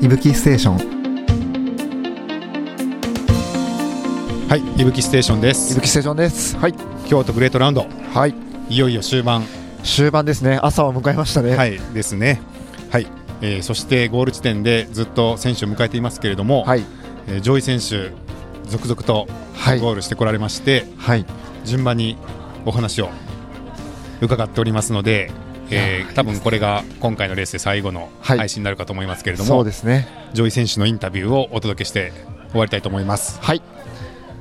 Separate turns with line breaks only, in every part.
いぶきステーション
はい、いぶきステーションです。
きステーションですはい
京都グレートラウンド、
はい
いよいよ終盤、
終盤ですね朝を迎えましたね、
はいい、ですね。はい、えーそしてゴール地点でずっと選手を迎えていますけれども、
はい
えー上位選手続々と
はい
ゴールしてこられまして、
はい、
順番にお話を伺っておりますので、えー多分これが今回のレースで最後の
はい
配信になるかと思いますけれども、
そうですね
上位選手のインタビューをお届けして終わりたいと思います。
はい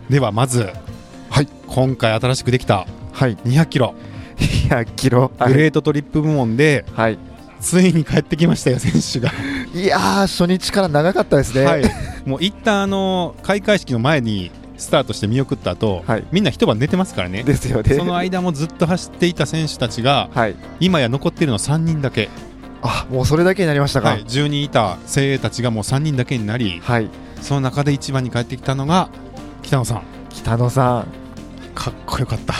ではまず、
はい
今回新しくできた
はい
200キロ
100キロ
グレートトリップ部門で、
はい
ついに帰ってきましたよ、選手が。
いやー初日から長かったですね
はい、もう一旦あの開会式の前にスタートして見送った後、
はい
みんな一晩寝てますからね、
ですよね
その間もずっと走っていた選手たちが、
はい
今や残っているのは3人だけ、
あもうそれだけになりましたか
はい、10人いた精鋭たちがもう3人だけになり、
はい、
その中で一番に帰ってきたのが北野さん、
北野さん
かっこよかった、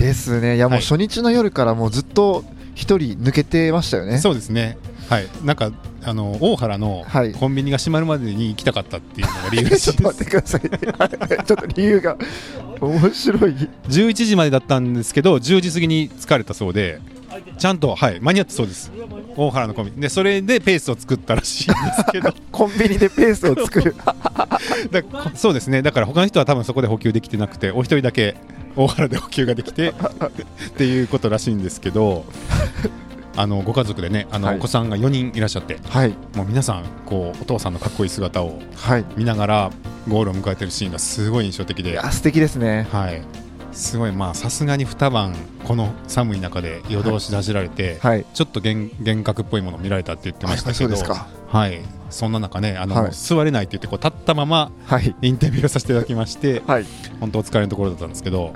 ですねいやもう
はい
初日の夜からもうずっと一人抜けてましたよね
そうですね、はい、なんかあの大原の
はい
コンビニが閉まるまでに行きたかったっていうのが理由らし
ちょっ
い
と
で
待
す
ってください ね。ちょっと理由が面白い。
11時までだったんですけど10時過ぎに疲れたそうでちゃんと、はい、間に合ったそうです大原のコンビニでそれでペースを作ったらしいんですけど
コンビニでペースを作る。
だこそうですねだから他の人は多分そこで補給できてなくてお一人だけ大原で補給ができてっていうことらしいんですけどあのご家族でねあの、
はい
お子さんが4人いらっしゃって
はい。
もう皆さんこうお父さんのかっこいい姿を
はい。
見ながらゴールを迎えてるシーンがすごい印象的で
あ、素敵ですね。
はい、すごい、まあさすがに二晩、この寒い中で夜通しで走られて、
はい。
ちょっと幻幻覚っぽいもの見られたって言ってました
そ
け
う
ど、
ですか。
はい、そんな中ね、あの
はい
座れないって言ってこう、立ったまま
はい。
インタビューをさせていただきまして、
はい。
本当、お疲れのところだったんですけど、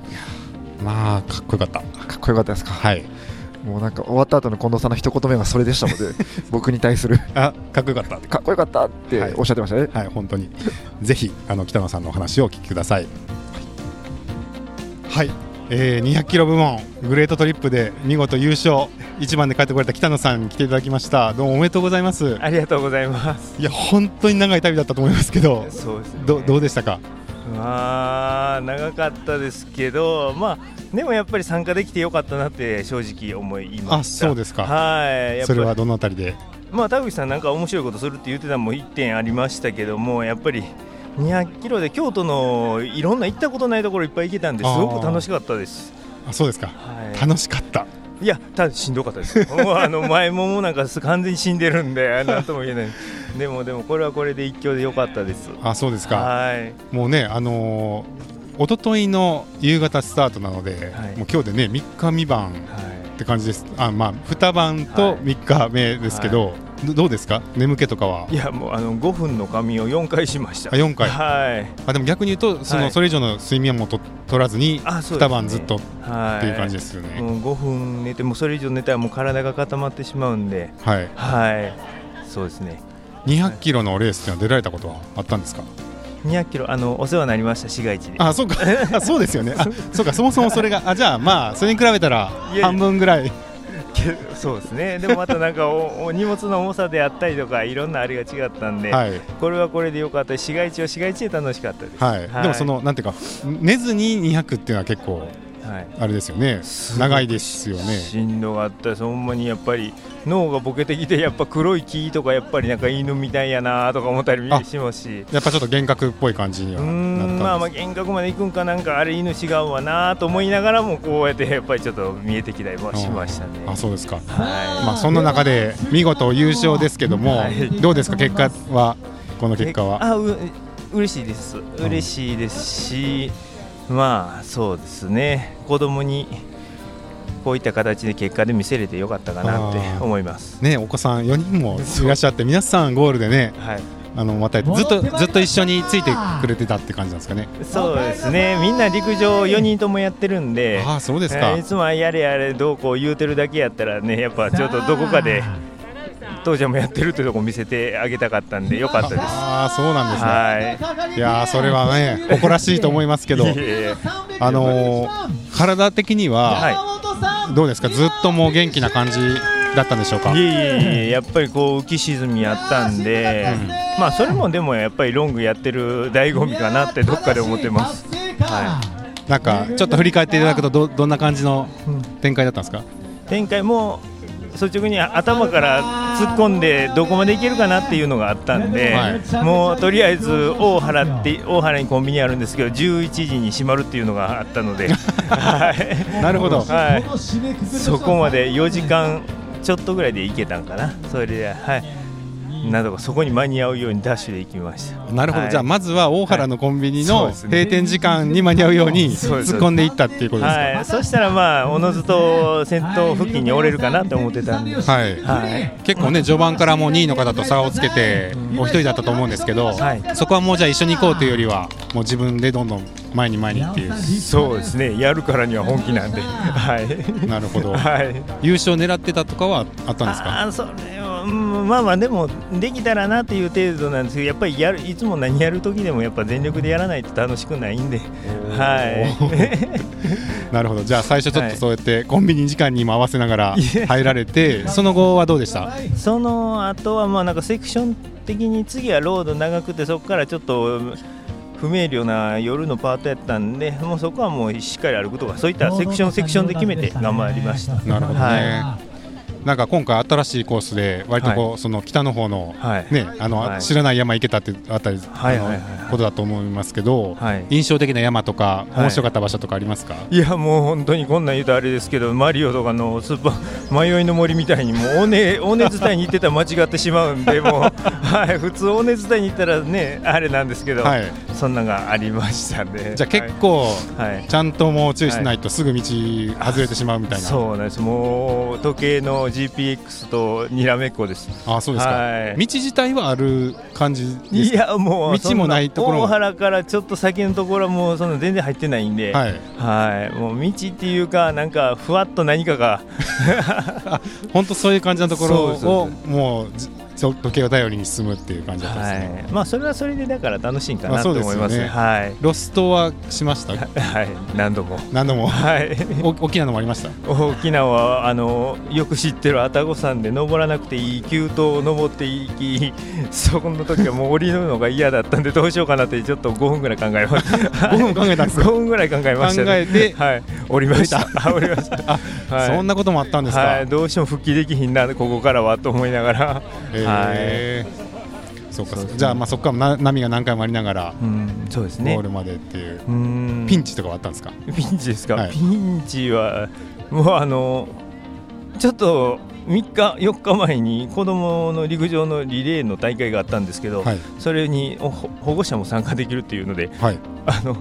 まあ、かっこよかった。
かっこよかったですか。
はい、
もうなんか終わった後の近藤さんの一言目がそれでしたの で、僕に対する
あかっこよかった。
かっこよかったっておっしゃってましたね。
はい、本当に。ぜひ、あの北野さんのお話をお聞きください。はい、えー、200キロ部門グレートトリップで見事優勝一番で帰ってこられた北野さんに来ていただきました。どうもおめでとうございます。
ありがとうございます。
いや、本当に長い旅だったと思いますけど、
そうですね。
どどうでしたか。
まあ長かったですけど、まあでもやっぱり参加できてよかったなって正直思いま
あ、
した。
そうですか。
はい。やっぱ
そ
り
れはどのあたりで。
まあ田口さんなんか面白いことするって言ってたのも一点ありましたけども、やっぱり。200キロで京都のいろんな行ったことないところいっぱい行けたんです
あー
ごく楽しかったです。
あ、そうですか。
は
楽しかった。
い、いや、ただしんどかったです。 もうあの前ももなんか完全に死んでるんで、なんとも言えない。でもでもこれはこれで一挙で良かったです。
あ、そうですか。
はい。
もうね、あのー、一昨日の夕方スタートなので、
はい
もう今日でね、3日未満。
はい
って感じです。あ、まあ二晩と
はい？
三日目ですけど、どどうですか？眠気とかはい
やもうあの5分の髪を4回しました。
あ四回
はい。
あでも逆に言うとその、
はい
それ以上の睡眠はもうと取らずに
あそうですね
二晩ずっとっ
はい。
ていう感じですよね。
もう5分寝てもうそれ以上寝たらもう体が固まってしまうんで、
はい。
はい。そうですね。
二百キロのレースっていうのは出られたことはあったんですか？
200キロあのお世話になりました市街地で。
あ、そうか。あそうですよね。あ、そうか。そもそもそれがあじゃあまあそれに比べたら
いやいや
半分ぐらい。
けど そうですね。でもまたなんかお お荷物の重さであったりとかいろんなあれが違ったんで、
はい
これはこれで良かったです。市街地は市街地で楽しかったです。
はい。でもそ、のなんていうか寝ずに二百っていうのは結構
はい。
あれですよね
すご。く
長いですよね。
しんどかったですほんまにやっぱり脳がボケてきてやっぱ黒い木とかやっぱりなんか犬みたいやなとか思ったり
あ
しますし
やっぱちょっと幻覚っぽい感じに
う
は
ー
なったんです
ん
けど
まあまあ幻覚まで行くんかなんかあれ犬違うわなと思いながらもこうやってやっぱりちょっと見えてきたりもしましたね
あそうですか。
はい
まあそんな中で見事優勝ですけども
はい、
どうですか結果はこの結果は。
あう嬉しいです嬉しいですしまあそうですね子供にこういった形で結果で見せれてよかったかなって思います
ねお子さん4人もいらっしゃって皆さんゴールでね
はい
あのまたずっとずっと一緒についてくれてたって感じなんですかね。
そうですね、みんな陸上4人ともやってるんで、
ああそうですか
えーい。つもはやれやれどうこう言うてるだけやったらね、やっぱちょっとどこかで父ちゃんもやってるってとこ見せてあげたかったんで、よかったです。
ああそうなんですね。
はい
やーそれはね誇らしいと思いますけど
い、えいえ
あのー体的には
はい
どうですかずっともう元気な感じだったんでしょうか
いえいえいえやっぱりこう浮き沈みあったんで、
うん
まあそれもでもやっぱりロングやってる醍醐味かなってどっかで思ってます。は
なんかちょっと振り返っていただくとどどんな感じの展開だったんですか
展開も率直に頭から突っ込んでどこまでいけるかなっていうのがあったんで、
はい
もうとりあえず大原って大原にコンビニあるんですけど11時に閉まるっていうのがあったの で、はい
なるほど
はい、そ
そ
こ
こ
ま
まで
で4時間ちょっとぐらいで行けたんかな、それで、はい、なんとかそこに間に合うようにダッシュで行きました。
なるほど、
はい
じゃあまずは大原のコンビニ
は
の
いそうですね
閉店時間に間に合うように
そうです
突っ込んでいったっていうことですか、
はい、そしたら、まあ、おのずと先頭付近に折れるかなと思ってたんで、は
はい
い、
結構ね序盤からもう2位の方と差をつけてお一人だったと思うんですけど、
はい
そこはもうじゃあ一緒に行こうというよりはもう自分でどんどん前に前にっていう
そうですね、やるからには本気なんで、はい、
なるほど
はい、
優勝狙ってたとかはあったんですか
あーそれは、うんまあまあ、でも、できたらなっていう程度なんですけど、やっぱりやるいつも何やる時でも、やっぱ全力でやらないと楽しくないんで、はい。
なるほどじゃあ最初ちょっとそうやってコンビニ時間にも合わせながら入られてその後はどうでした
その後はまあなんかセクション的に次はロード長くてそこからちょっと不明瞭な夜のパートやったんでもうそこはもうしっかり歩くとかそういったセクションセクションで決めて頑張りました
なるほどね、
は
なんか今回新しいコースで割とこう、その北の方の、
はい
ねあの
はい
知らない山行けたってあたり、
はいはいはい
あのことだと思いますけど、
はい
印象的な山とか
はい
面白かった場所とかありますか、
いやもう本当にこんなん言うとあれですけどマリオとかのスーパー迷いの森みたいにもう尾根尾根伝いに行ってたら間違ってしまうんでもう、 はい、普通尾根伝いに行ったらねあれなんですけど、
はい
そんなのがありましたね
じゃあ結構、
はいはい
ちゃんともう注意しないとすぐ道外れてしまうみたいな、
そうなんですもう時計の GPX とにらめっこです
あそうですか、
はい
道自体はある感じです
い
か
やもう
道もないところも
そんな大原からちょっと先のところはもうその全然入ってないんで、
はいい、
もう道っていうかなんかふわっと何かが
本当そういう感じのところ
そうそ
を
う
もうじ時計を頼りに進むっていう感じだったんですね、
はいまあそれはそれでだから楽しいんか
まあ
な
そ
と
うですよ
思います,、
ねロストはしま した
はい、はい、何度も
何度も
はい
お大きなのもありました
大きなはあのよく知ってる愛宕山で登らなくていい急登を登っていきそこの時はもう降りるのが嫌だったんでどうしようかなってちょっと5分ぐらい考えました
5分考えたんですか
5分ぐらい考えました、ね、
考えて
はい、降りましたあ降りましたはい
そんなこともあったんですか、
はい、どうしても復帰できひんなここからはと思いながら、はい
えーそうかそうかじゃあまあそこからな波が何回もありながら
うんそうです
ゴ
ね
ールまでっていう、
うん
ピンチとかはあったんですか
ピンチですか、
はい
ピンチはもうあのちょっと3日4日前に子供の陸上のリレーの大会があったんですけど、
はい
それにおほ保護者も参加できるっていうので
はい
あの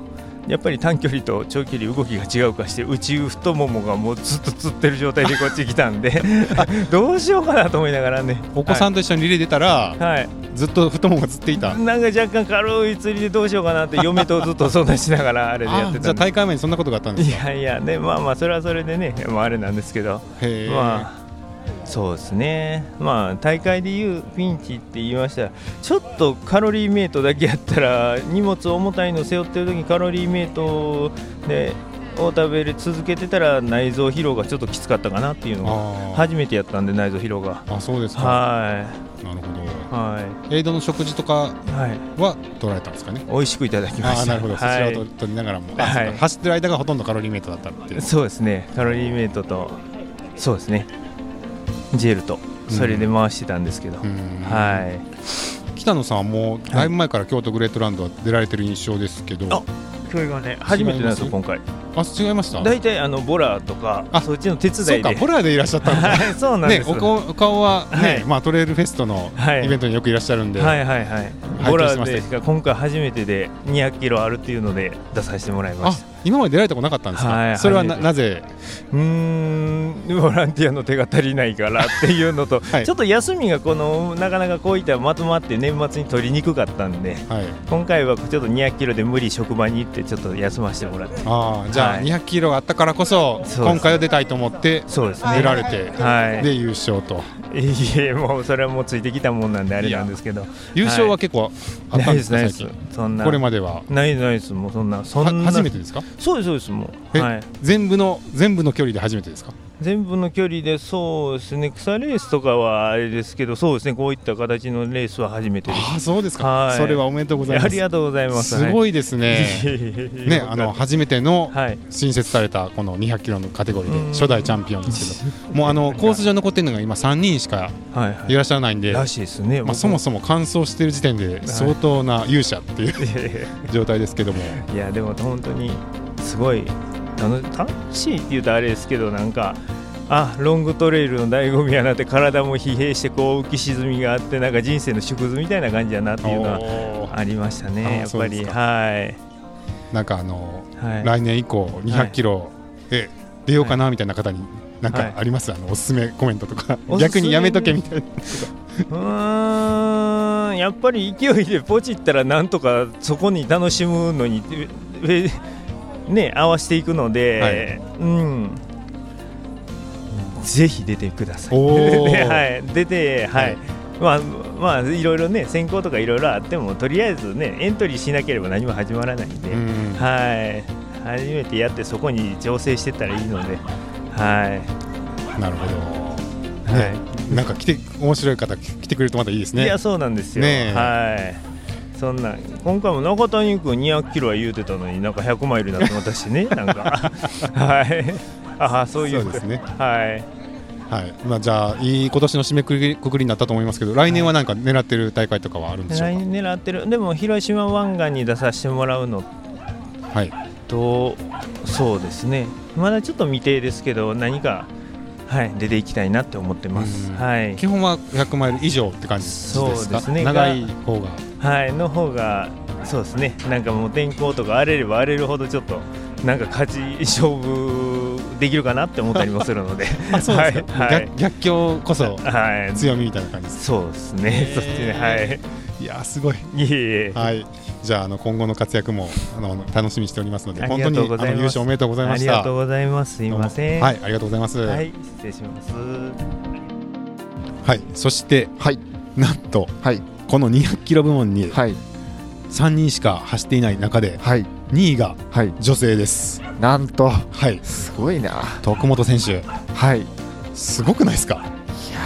やっぱり短距離と長距離動きが違うかして内太ももがもうずっとつってる状態でこっち来たんで どうしようかなと思いながらね
お子さんと一緒にリレー出たら、
はい、はい
ずっと太ももがつっていた
なんか若干軽い釣りでどうしようかなって嫁とずっと相談しながらあれでやっ
あじ
て
ゃ
た
あ
んで
大会前にそんなことがあったんで
い
すか
やいやねまあまあそれはそれでね、まあ、あれなんですけど
へー
まあそうですねまあ大会でいうピンチって言いましたらちょっとカロリーメイトだけやったら荷物重たいの背負ってる時にカロリーメイトでを食べる続けてたら内臓疲労がちょっときつかったかなっていうのが
あー
初めてやったんで内臓疲労が
あそうですか
は
なるほ
いは
どエイドの食事とか
いはい
は取られたんですかね
美味しくいただきま
あ
し
ー
た
なるほど、そち
は
ら
い
を取りながらも、あ
はい
そうか走ってる間がほとんどカロリーメイトだったっていう
そうですねカロリーメイトとそうですねジェルとそれで回してたんですけど、
ん
はい
北野さんはもうだいぶ前から京都グレートランドは出られてる印象ですけど、
あ今日がね初めてなんですよ今回
あ違いました
大体あのボラとか
あ
そっちの手伝いで
そうかホラーでいらっしゃったんだ
はい そうなん で
ね、
す、
お顔お顔は、ね
はい
まあ、トレイルフェストの
はい
イベントによくいらっしゃるんで、
はいはいはい
拝
ボ
見し
ラ
てました
でしか今回初めてで200キロあるっていうので出させてもらいま
あ
した
今まで出られたことなかったんですか、
はい
それはな
初
なぜ、
うーんボランティアの手が足りないからっていうのと、
はい
ちょっと休みがこのなかなかこういったまとまって年末に取りにくかったんで
はい、
今回はちょっと200キロで無理職場に行ってちょっと休ませてもらって
あーじゃあ
はい
200キロあったからこそ
そうです
今回は出たいと思って
そうですね
出られて、
はい
で優勝と
いえもうそれはもうついてきたもんなんであれなんですけど
優勝は
はい
結構あったんですか、
ないです
最
ないで
近
すそんな
これまでは
ないですないですもうそんなそ
は
んな
初めてですか
そうですそうですもう
え、
はい
全部の全部の距離で初めてですか
全部の距離でそうですね草レースとかはあれですけどそうですねこういった形のレースは初めてです
ああそうです
は
か
い
それはおめでとうござい
あ
ま
り
す
がとうございます
すご
い
いですね ね
ね
あの初めての
はい
新設されたこの200キロのカテゴリー
うん
で初代チャンピオンですけどもうあのコース上残ってるのが今3人しか
はいはい
いらっしゃらないんで
らしいですね
まあそもそも完走してる時点で相当な勇者っていう
いや いやいや
状態ですけども
いやでも本当にすごい楽楽しいって言うとあれですけどなんかあロングトレイルの醍醐味やなって体も疲弊してこう浮き沈みがあってなんか人生の縮図みたいな感じやなっていうのは
おー
ありまし
あ
たねやっ
そ
ぱ
うで
り
すか
はい
なんかあの
はい
来年以降200キロえ出ようかなみたいな方になん
はい
かありますあのおすすめコメントとか
おすすめ
逆にやめとけみたいな
うーんやっぱり勢いでポチったらなんとかそこに楽しむのにえね合わせていくので、うんぜひ出てください
おー
で はい、出て、はい
はい
まあまあ、いろいろね選考とかいろいろあってもとりあえずねエントリーしなければ何も始まらないんで、
うん
はい、初めてやってそこに調整してったらいいので、はい
なるほど
はい
なんか来て面白い方来てくれるとまたいいです
い
ね
やそうなんですよ、
ねえ
はいそんな今回も中谷君200キロは言うてたのになんか100マイルになってまったしねなん かはいああそういう
そうですね
はい
はいまあじゃあいい今年の締めくくくりになったと思いますけど来年はなんか狙ってる大会とかはあるんでしょ
狙いう狙ってるでも広島湾岸に出させてもらうの
かはい
とそうですねまだちょっと未定ですけど何か、はい、出ていきたいなって思ってます
うん
はい
基本は100マイル以上って感じですか
そうですね
長い方が
はい、の方がそうですねなんかもう天候とか荒れれば荒れるほどちょっとなんか勝ち勝負できるかなって思ったりもするので
あそうですか、
はいはい
逆逆境こそ
はい
強みみたいな感じです
そうですね、
へー
そっちねはい
いやーすごい
いえいえ
はいじゃああの今後の活躍もあの楽しみにしておりますので
あ
本
り
当
が
に
と
あ
うございます
の優勝おめでとうござい
あ
まし
り
た
がとうございますすいません
はいありがとうございます
は
はい、
い失礼します
そして
はい
なんと
はい
この200キロ部門に
はい
3人しか走っていない中で
はい
2位が
はい
女性です
なんと
はい
すごいな
徳本選手
はいい
すごくないですか
や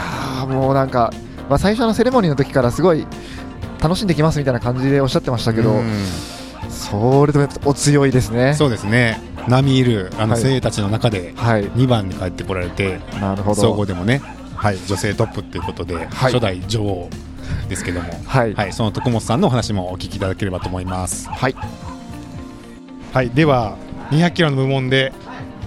ーもうなんか、まあ、最初のセレモニーの時からすごい楽しんできますみたいな感じでおっしゃってましたけど、
うん
それでもやっぱお強いですね
そうですね並みいるあの
はい
精鋭たちの中で
はい
2番に帰ってこられて
なるほ
総合
ど
でもね、はい、女性トップっていうことで、初代女王ですけども、
はい
はい、その徳本さんのお話もお聞きいただければと思います。
はい
はい、では200キロの部門で、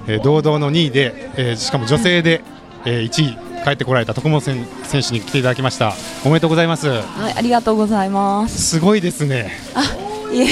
えー堂々の2位で、えーしかも女性で、えー1位帰ってこられた徳本せん選手に来ていただきました。おめでとうございます。
はい、ありがとうございます。
すごいですね。
いえ、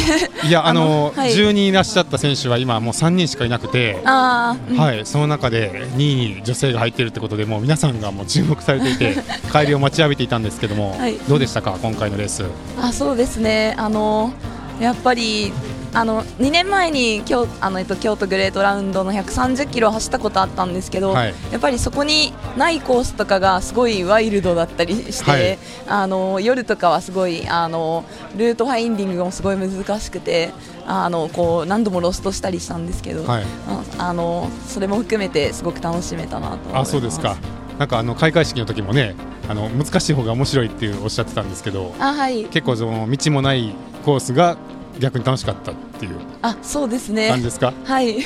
いやあの
あのはい
10人いらっしゃった選手は今もう3人しかいなくて。
あー、うん
はい、その中で2位に女性が入っているってことで、もう皆さんがもう注目されてい て、帰りを待ちわびていたんですけども、
はい
どうでしたか、今回のレース。
あ、そうですね。あの、やっぱり。あの2年前に京あの、えっと、京都グレートラウンドの130キロ走ったことあったんですけど、
はい
やっぱりそこにないコースとかがすごいワイルドだったりして、
はい
あの夜とかはすごいあのルートファインディングもすごい難しくてあのこう何度もロストしたりしたんですけど、
はい
ああのそれも含めてすごく楽しめたなと思います。
あ、そうですか。なんかあの開会式の時もね、あの難しい方が面白いっていうおっしゃってたんですけど、
あはい
結構その道もないコースが逆に楽しかったっていう
あそうですね
感じです か。
はい、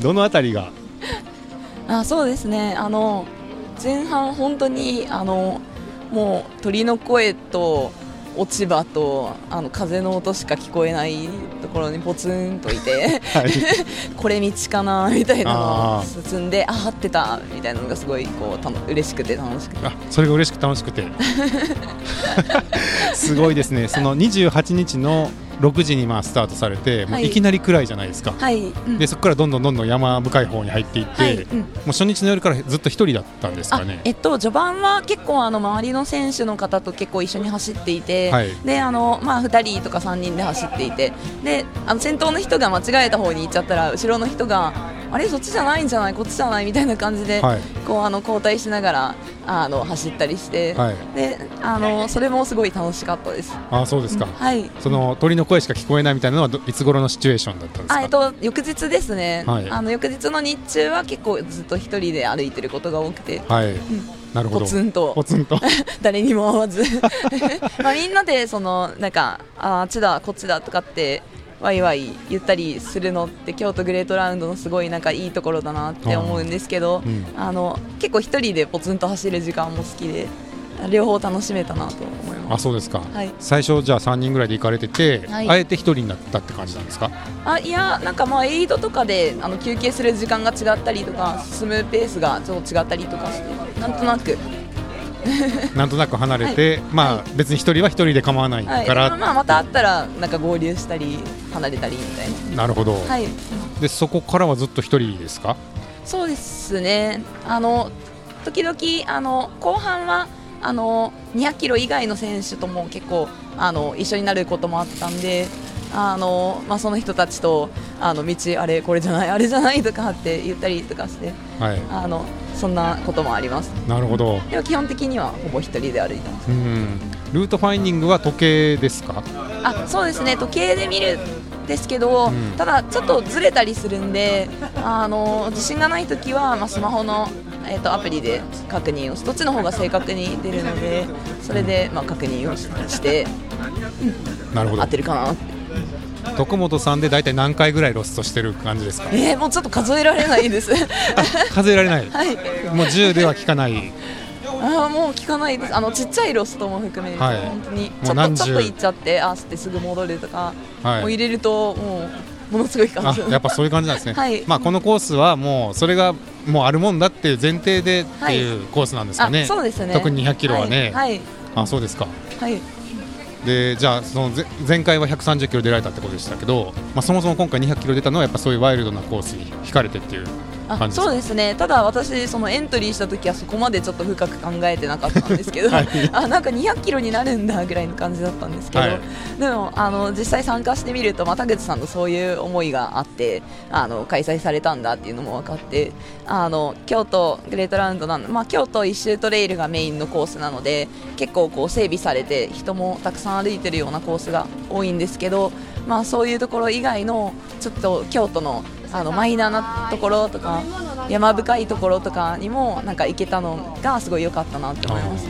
どのあたりが、
あそうですね、あの前半、本当にあのもう鳥の声と落ち葉とあの風の音しか聞こえないところにポツンといて
はい、
これ道かなみたいなの
あ
を進んであ合ってたみたいなのがすごいこうたの嬉しくて楽しくて。
あ、それが嬉しく楽しく て。すごいですね。その28日の6時にまあスタートされて、もう
はい
いきなり暗いじゃないですか。
はい、うん
でそこからどんどんどんどん山深い方に入っていって、
はいうん
もう初日の夜からずっと一人だったんですかね
あ。えっと、序盤は結構あの周りの選手の方と結構一緒に走っていて、
はい
であのまあ、2人とか3人で走っていてであの先頭の人が間違えた方に行っちゃったら後ろの人があれそっちじゃないんじゃないこっちじゃないみたいな感じで、
はい
こうあの交代しながらあの走ったりして、
はい
であのそれもすごい楽しかったです。
あーそうですか、
はい
その鳥の声しか聞こえないみたいなのはどいつ頃のシチュエーションだったんですか
あえっと、翌日ですね、
はい
あの翌日の日中は結構ずっと一人で歩いてることが多くて、
はい、なるほ
ポ
ど
ツンと
ポツンと
誰にも会わず まあみんなでそのなんかああっちだこっちだとかってワイワイ言ったりするのって京都グレートラウンドのすごいなんかいいところだなって思うんですけど
あーうん
あの結構一人でポツンと走る時間も好きで両方楽しめたなと思いま
あ
す
そうですか、
はい
最初じゃあ3人ぐらいで行かれてて、
はい
あえて1人になったって感じなんですか
あいやなんかまあエイドとかであの休憩する時間が違ったりとか進むペースがちょっと違ったりとかしてなんとなく
なんとなく離れて、まあ別に1人は1人で構わない
はい
から、
まあまた会ったらなんか合流したり離れたりみたいな
なるほど、
はい
でそこからはずっと1人ですか
そうですね。あの時々あの後半はあの200キロ以外の選手とも結構あの一緒になることもあったんで。あのまあ、その人たちとあの道あれこれじゃないあれじゃないとかって言ったりとかして
はい
あのそんなこともあります
なるほど
でも基本的にはほぼ一人で歩いてます
うんルートファインディングは時計ですか
あそうですね時計で見るんですけど、
うん
ただちょっとずれたりするんであの自信がない時は、まあ、スマホの、えっとアプリで確認をしどっちの方が正確に出るのでそれで、まあ、確認をしして
なるほど
合ってるかなって
徳本さんで大体何回ぐらいロストしてる感じです か
えー、もうちょっと数えられないです
数えられない、
はい
もう10では聞かない
あーもう聞かないですあのちっちゃいロストも含め、
はい
本当に
う
ちょっと
何
ち
十
ょっと行っちゃってあー吸ってすぐ戻るとか、
はい
もう入れるともうものすごい
あ
数
やっぱそういう感じなんですね、
はい
まあ、このコースはもうそれがもうあるもんだっていう前提でっていうコースなんですかね、
あそうですね
特に200キロはね、
はい
あそうですか
はい、はい
でじゃあその前前回は130キロ出られたってことでしたけど、まあ、そもそも今回200キロ出たのはやっぱそういうワイルドなコースに引かれてっていう
あ
感じですか
そうですねただ私そのエントリーした時はそこまでちょっと深く考えてなかったんですけど、
はい
あなんか200キロになるんだぐらいの感じだったんですけ
は
ど、
い
でもあの実際参加してみると、まあ、田口さんのそういう思いがあってあの開催されたんだっていうのも分かってあの京都グレートラウンドなの、まあ、京都一周トレイルがメインのコースなので結構こう整備されて人もたくさん歩いてるようなコースが多いんですけど、まあ、そういうところ以外のちょっと京都のあのマイナーなところとか山深いところとかにもなんか行けたのがすごい良かったなって思います。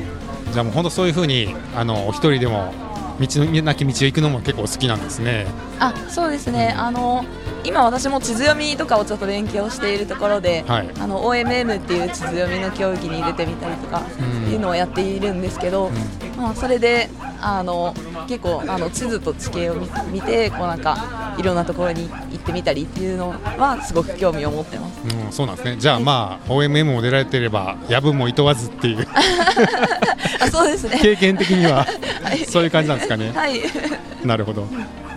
あーじゃあもう本当そういうふうにあのお一人でも道のなき道を行くのも結構好きなんですね
あそうですね、あの今、私も地図読みとかをちょっと勉強しているところで、
はい
あの OMM っていう地図読みの競技に出てみたりとか
うん
いうのをやっているんですけど、まあ、それであの結構あの地図と地形を見見てこうなんかいろんなところに行ってみたりっていうのはすごく興味を持ってます。
うん、そうなんですねじゃあまあ OMM も出られてればやぶもいとわずっていう
あそうですね
経験的には
はい
そういう感じなんですかね
はい
なるほど。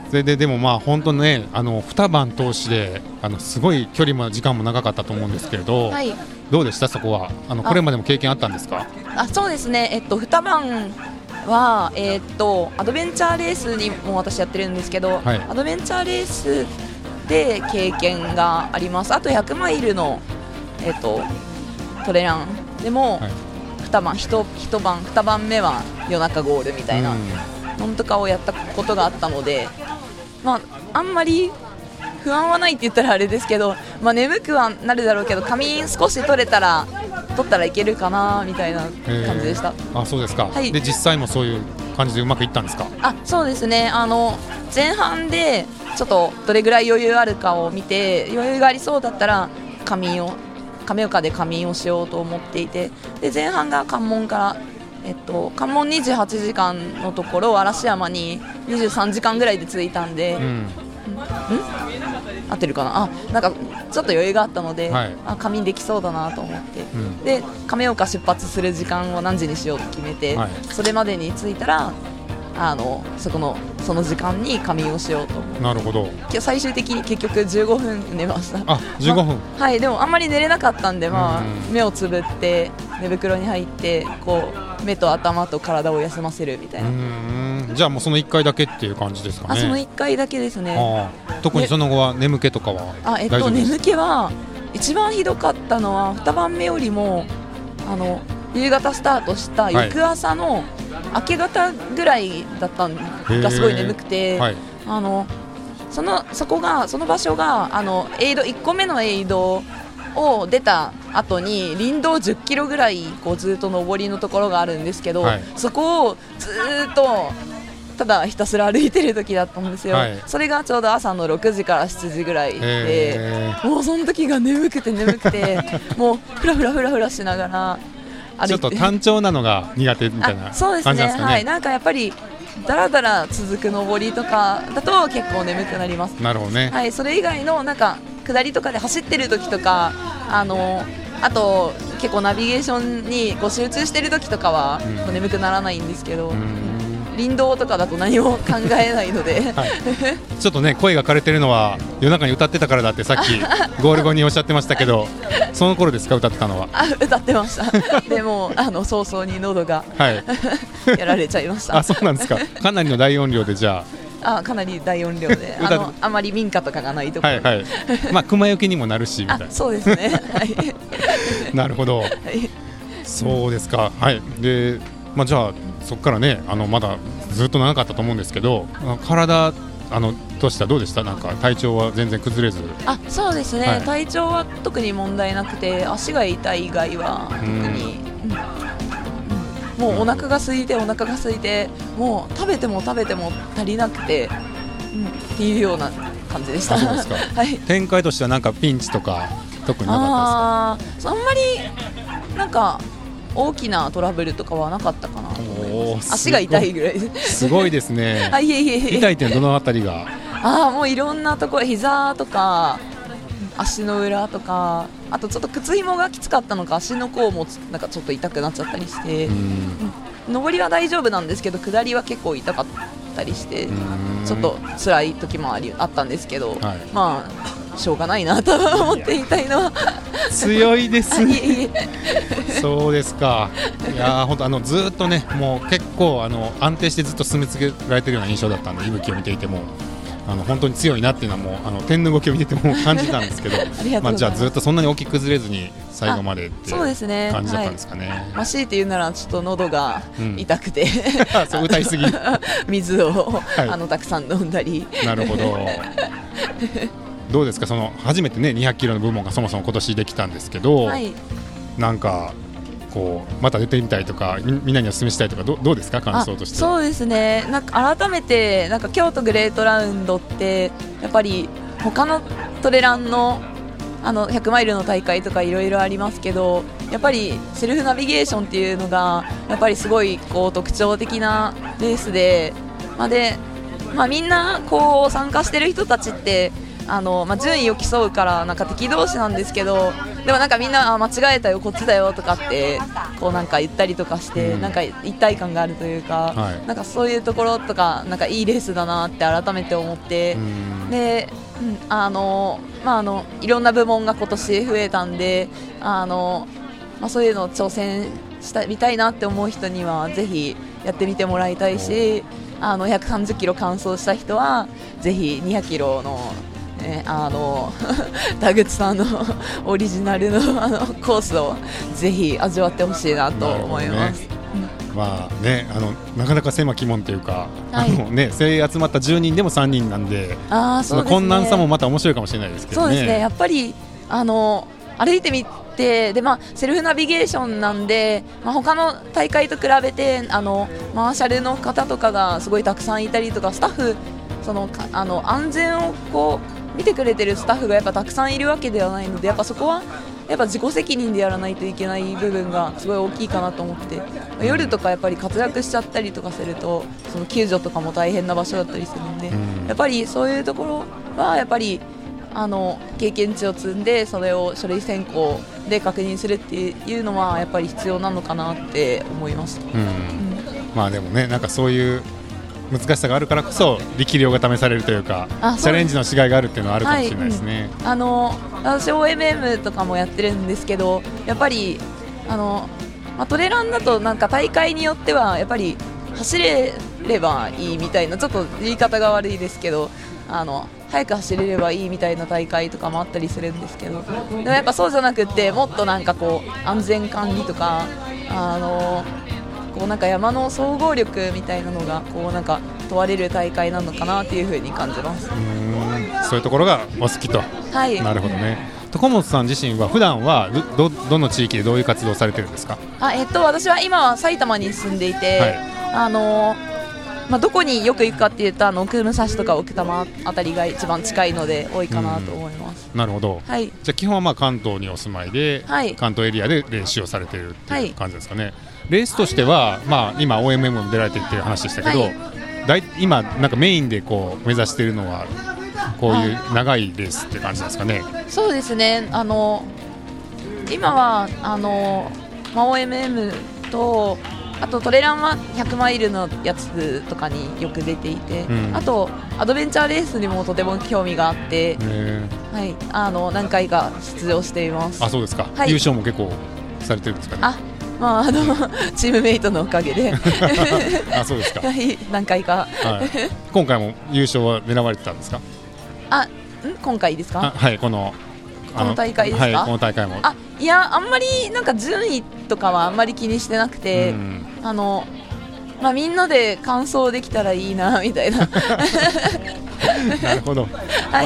それででもまあ本当ねあの二晩通しであのすごい距離も時間も長かったと思うんですけれど、
はい
どうでしたそこはあの
あ
これまでも経験あったんですか。
あそうですね、えっと、二晩は、えっと、アドベンチャーレースにも私やってるんですけど、
はい
アドベンチャーレースで経験があります、あと100マイルの、えっと、トレランでも、
はい
二晩一一晩二晩目は夜中ゴールみたいな
う
のとかをやったことがあったので、まあ、あんまり不安はないって言ったらあれですけど、まあ、眠くはなるだろうけど仮眠少し取れたら取ったらいけるかなみたいな感じでした。
あそうですか。
はい
で実際もそういう感じでうまくいったんですか。
あそうですねあの前半でちょっとどれぐらい余裕あるかを見て余裕がありそうだったら仮眠を亀岡で仮眠をしようと思っていてで前半が関門から、えっと、関門28時間のところ嵐山に23時間ぐらいで着いたんで、
うん。
合ってるかなあなんかちょっと余裕があったので、
はい
あ仮眠できそうだなと思って、
ん
で亀岡出発する時間を何時にしようと決めて、
はい
それまでに着いたらあのそこのその時間に仮眠をしようと思う
なるほど。
今日最終的に結局15分寝ました
あ15分
まあはいでもあんまり寝れなかったんで、まあ
うん
目をつぶって寝袋に入ってこう目と頭と体を休ませるみたいうな、
ん。じゃあもうその一回だけっていう感じですかね。
あその1回だけですね
あー特にその後は眠気とかは
あえ
大丈
っと
夫です。
眠気は一番ひどかったのは2番目よりもあの夕方スタートした翌朝の明け方ぐらいだったんがすごい眠くて、
はい、
あのそのそこがその場所があのエイド1個目のエイドを出た後に林道10キロぐらいこうずっと上りのところがあるんですけど、
はい
そこをずっとただひたすら歩いてる時だったんですよ、
はい
それがちょうど朝の6時から7時ぐらいで。
え
もうその時が眠くて眠くてもうフラフラフラフラしながら歩い
ー、
て
ちょっと単調なのが苦手みたいな
あそう
感
で
じな
す
んです
ね
か
はい
ね。
なんかやっぱりだらだら続く上りとかだと結構眠くなります
なるほどね。
はいそれ以外のなんか下りとかで走ってる時とかあのあと結構ナビゲーションにこう集中してる時とかは、
うん
こう眠くならないんですけど、
うーん
林道とかだと何も考えないので
はいちょっとね声が枯れてるのは夜中に歌ってたからだってさっきゴール後におっしゃってましたけ どその頃ですか歌ってたのは
あ歌ってましたでもあの早々に喉が
はい
やられちゃいました
あそうなんですかかなりの大音量でじゃ
あかなり大音量で
歌
あ
って
のあまり民家とかがないと
あ
こ
は
ろ、
いはいまあ熊よけにもなるしみたい
あそうですねはい
ななるほど
はい
そうですかはいでまあじゃあそこからねあのまだずっと長かったと思うんですけどあ体あのとしてはどうでしたなんか体調は全然崩れず
あそうですね、
はい
体調は特に問題なくて足が痛い以外は特に、うんもうお腹が空いてお腹が空いてもう食べても食べても足りなくて、うん、っていうような感じでした
あそうですか
はい
展開としてはなんかピンチとか特になかっ
あーそうあんまりなんか大きなトラブルとかはなかったかな
たですかおーすご
足が痛いぐらいです
すごいですね
あいえいえいえ
痛いってどのあたりが
ああもういろんなところ膝とか足の裏とかあとちょっと靴ひもがきつかったのか足の甲もつなんかちょっと痛くなっちゃったりして
うーん
上りは大丈夫なんですけど下りは結構痛かったりして
うーん
ちょっと辛い時もありあったんですけど、
はい
まあしょうがないなと思っていたいのは
強い です
い
ね
えいえ
そうですかいやー本当あのずーっとねもう結構あの安定してずっと進み続けられてるような印象だったんで息吹を見ていてもあの本当に強いなっていうのはもうあの点の動きを見てても感じたんです けど
りがとうございます
あじゃあずっとそんなに大きく崩れずに最後までってい
そうですね
う感じだったんですかね。
まあ、強いて言うならちょっと喉が
うん
痛くて、
そう歌いすぎ
水を、
い
あのたくさん飲んだり
なるほど。どうですかその初めてね200キロの部門がそもそも今年できたんですけど、
はい
なんかこうまた出てみたいとかみみんなにお勧めしたいとかどうどうですか感想として。
あそうですねなんか改めてなんか京都グレートラウンドってやっぱり他のトレランのあの100マイルの大会とかいろいろありますけどやっぱりセルフナビゲーションっていうのがやっぱりすごいこう特徴的なレースで、まあでまあ、みんなこう参加してる人たちってあの、まあ、順位を競うからなんか敵同士なんですけどでもなんかみんなあ間違えたよこっちだよとかってこうなんか言ったりとかして、
うん
なんか一体感があるというか、
はい
なんかそういうところとかなんかいいレースだなって改めて思って。
うん
で、うん、あのまああのいろんな部門が今年増えたんであのまあそういうのを挑戦したみたいなって思う人にはぜひやってみてもらいたいし、あの130キロ完走した人はぜひ200キロの。ね、あの 田口さんの オリジナルのあのコースをぜひ味わってほしいなと思い
なるほど
ます。
ねまあね、あのなかなか狭き門というか、
はい
あのね、精鋭集まった10人でも3人なんで、
ああ
そ
そう
の
ですね
困難さもまた面白いかもしれないですけ
そ
ど
う
ね。
ですね、やっぱりあの歩いてみてで、まあ、セルフナビゲーションなんで、まあ、他の大会と比べてあのマーシャルの方とかがすごいたくさんいたりとかスタッフそのかあの安全をこう見てくれてるスタッフがやっぱたくさんいるわけではないのでやっぱそこはやっぱ自己責任でやらないといけない部分がすごい大きいかなと思って夜とかやっぱり活躍しちゃったりとかするとその救助とかも大変な場所だったりするんで、
うん
やっぱりそういうところはやっぱりあの経験値を積んでそれを書類選考で確認するっていうのはやっぱり必要なのかなって思いました。
うんまあでもね、なんかそういう難しさがあるからこそ力量が試されるというか、
あそう
チャレンジのしがいがあるっていうのはあるかもしれないですね。
あの私 OMM とかもやってるんですけどやっぱりあの、まあ、トレランだとなんか大会によってはやっぱり走れればいいみたいなちょっと言い方が悪いですけどあの速く走れればいいみたいな大会とかもあったりするんですけどでもやっぱそうじゃなくってもっとなんかこう安全管理とかあのこうなんか山の総合力みたいなのがこうなんか問われる大会なのかなっていう風に感じます。
うんそういうところがお好きと
はい、
なるほどね徳本さん自身は普段はどどどの地域でどういう活動をされてるんですか
あえっと、私は今は埼玉に住んでいて、
はい
あのまあ、どこによく行くかっていうとあの奥武蔵とか奥多摩あたりが一番近いので多いかなと思います。
なるほど
はい
じゃあ基本はまあ関東にお住まいで、
はい
関東エリアで練習をされているって
はいいう
感じですかね、レースとしては、まあ、今 OMM も出られてるっていう話でしたけど、
はい
だい今なんかメインでこう目指しているのはこういう長いレースって感じなんですかね、
そうですねあの今はあの、まあ、OMM とあとトレランは100マイルのやつとかによく出ていて、
うん
あとアドベンチャーレースにもとても興味があって、
えー
はい、あの何回か出場しています
あ。そうですか、
はい
優勝も結構されてるんですかね
あまああの チームメイトのおかげでは
あそうですか、はい、
い何回か
今回も優勝は狙われてたんですか
あん今回です
あ
か
はいこのあ
この大会ですか
はい、この大会も
あいやあんまりなんか順位とかはあんまり気にしてなくて、
うん
あのまあみんなで完走できたらいいなみた いな
なるほ ど、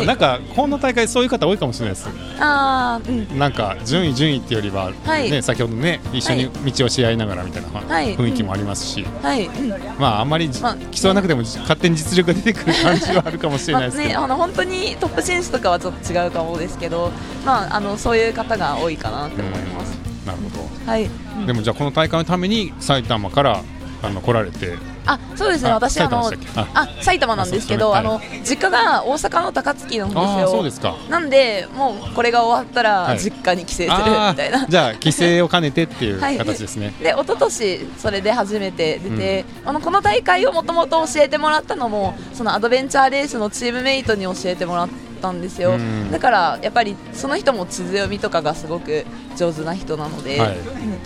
い
なんかこの大会そういう方多いかもしれないです
あーうん
なんか順位順位ってよりは、ね
はい
先ほどね一緒に道をし合いながらみたいな
はい
雰囲気もありますし、
はい、うん
まああんまりじ、
まあ
競わなくても勝手に実力が出てくる感じはあるかもしれ
ま
な
あ
いですけ
ね、
ど、
あの本当にトップ選手とかはちょっと違うかもですけど、まあ、あのそういう方が多いかなって思います。
なるほ
はい、
ど、でもじゃあこの大会のために埼玉からあの来ら れて
あそうですね、
あ
私あの
埼玉でしたっけ
あ埼玉なんですけど、
あ
あ
そう
の実家が大阪の高槻なんです
ああ
よ。
そうですか
なんで、もうこれが終わった
は
ら
い
実家に帰省するみ
あ
たいな。
ーじゃあ帰省を兼ねてっていう
はい
形ですね、
で一昨年それで初めて出て、あのこの大会をもともと教えてもらったのもそのアドベンチャーレースのチームメイトに教えてもらったんですよ、
うん
だからやっぱりその人も地図読みとかがすごく上手な人なので,、
はい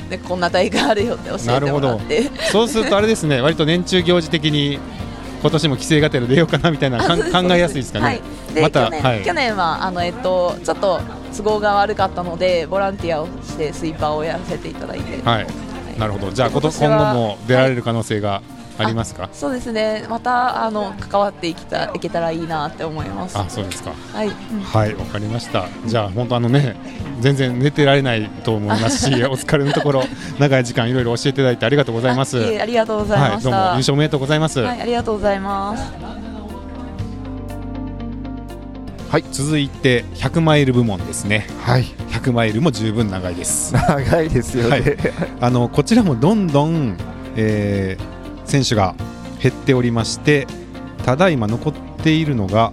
でこんな大会あるよって教
な
え
る
て
ほ
もら
ど
って
そうするとあれですね割と年中行事的に今年も帰省がてら出ようかなみたいな かん
あそうです
考えやすいですかね、
はい、で
また
去年、
はい
去年はあの、えっと、ちょっと都合が悪かったのでボランティアをしてスイーパーをやらせていただいて、
はい、なるほど、じゃあこと今後も出られる可能性がありますか。
そうですねまたあの関わっていきたいけたらいいなって思います。
あ、そうですか。
はい、うん
はい、わかりました。じゃあ本当あのね、全然寝てられないと思います し、お疲れのところ長い時間いろいろ教えていただいてありがとうございます。
あええありがとうござい
は
ま
い、
した。
どうも優勝おめでとうございます。
はい、ありがとうございます。
続いて100マイル部門ですね。
はい
100マイルも十分長いです。
長いですよね、
はいあのこちらもどんどん、えー選手が減っておりまして、ただいま残っているのが、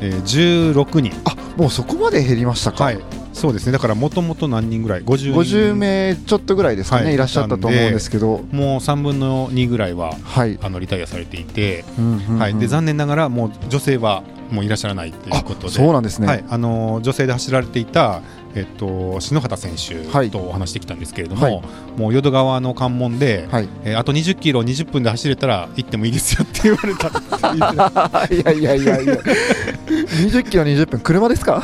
えー、16人。
あもうそこまで減りましたか、
はい、そうですね、だからもともと何人ぐらい、50, 人
50名ちょっとぐらいですかね、
はい
い、らっしゃったと思うんですけど、
もう3分の2ぐらいは
はい、
あのリタイアされていて、
うんうんうん
はい、で残念ながら、もう女性はもういらっしゃらないということで、
あそうなんですね、
はいあのー女性で走られていた、えっと、篠畑選
は
手
い
とお話してきたんですけれども、
はい
もう淀川の関門で、
はい
えーあと20キロ、20分で走れたら行ってもいいですよって言われたって言ってた
いやいやいやいや、20キロ20分、車ですか、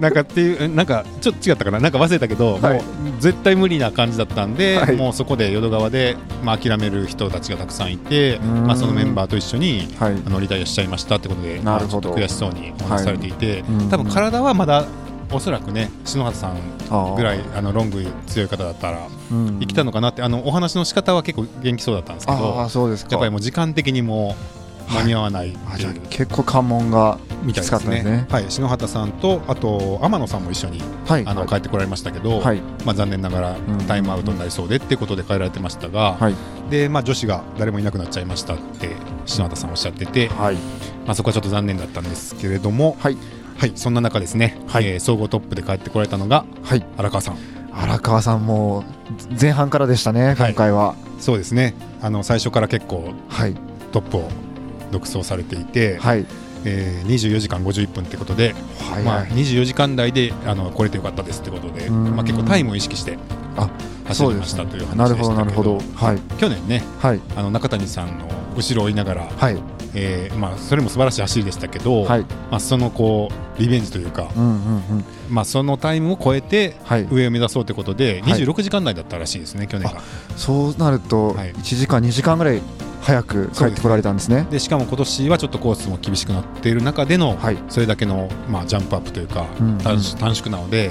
なんかっていうなんかちょっと違ったかななんか忘れたけど、
はい
もう絶対無理な感じだったんで、
はい
もうそこで淀川で、まあ、諦める人たちがたくさんいて、
ーん
まあ、そのメンバーと一緒に
はい、
あのリタイアしちゃいましたってことで
なるほど
まあちょっと悔しそうにお話しされていて、
うん
多分体はまだおそらくね篠原さんぐら
い
いあのロング強い方だったら生
生
きたのかなってあのお話の仕方は結構元気そうだったんですけ
ああ、
ど
そうですか、
やっぱりもう時間的にも間に合わない
あ
って
じ
い
ゃあ
う
結構関門が、
みたいですね
きつかったですね
はい、篠畑さんとあと天野さんも一緒に
はい、
あの帰ってこられましたけど、
はい、
まあ、残念ながら
ん
タイムアウトになりそうでっていうことで帰られてましたが、
はい、
でまあ、女子が誰もいなくなっちゃいましたって篠畑さんおっしゃってて、
はい、
まあ、そこはちょっと残念だったんですけれども、
はい、
はい、そんな中ですね、
はい
えー総合トップで帰ってこられたのが
はい、
荒川さん、
荒川さんも前半からでしたね、
はい
今回は。
そうですねあの最初から結構
はい、
トップを独走されていて、
はい、
えー24時間51分ってことで、
はい、
まあ、
はい
24時間台であの来れてよかったですってことで、
うん
まあ、結構タイムを意識して
あ
走
そう
り
で
ますしたという話
なる
で
ほど、
し
な
た
る
け
ほど、はい、
去年ね
はい、
あの中谷さんの後ろを追いながら、
はい、
ええーまあ、それも素晴らしい走りでしたけど、
はい
まあ、そのこうリベンジというか、
うんうんうん
まあ、そのタイムを超えて
はい
上を目指そうということで、
はい
26時間台だったらしいですね、去年が。
そうなると
はい
1時間2時間ぐらい早く帰ってこられたんですね
でしかも今年はちょっとコースも厳しくなっている中での、
はい
それだけの、まあ、ジャンプアップというか、
うんうん
短縮短縮なので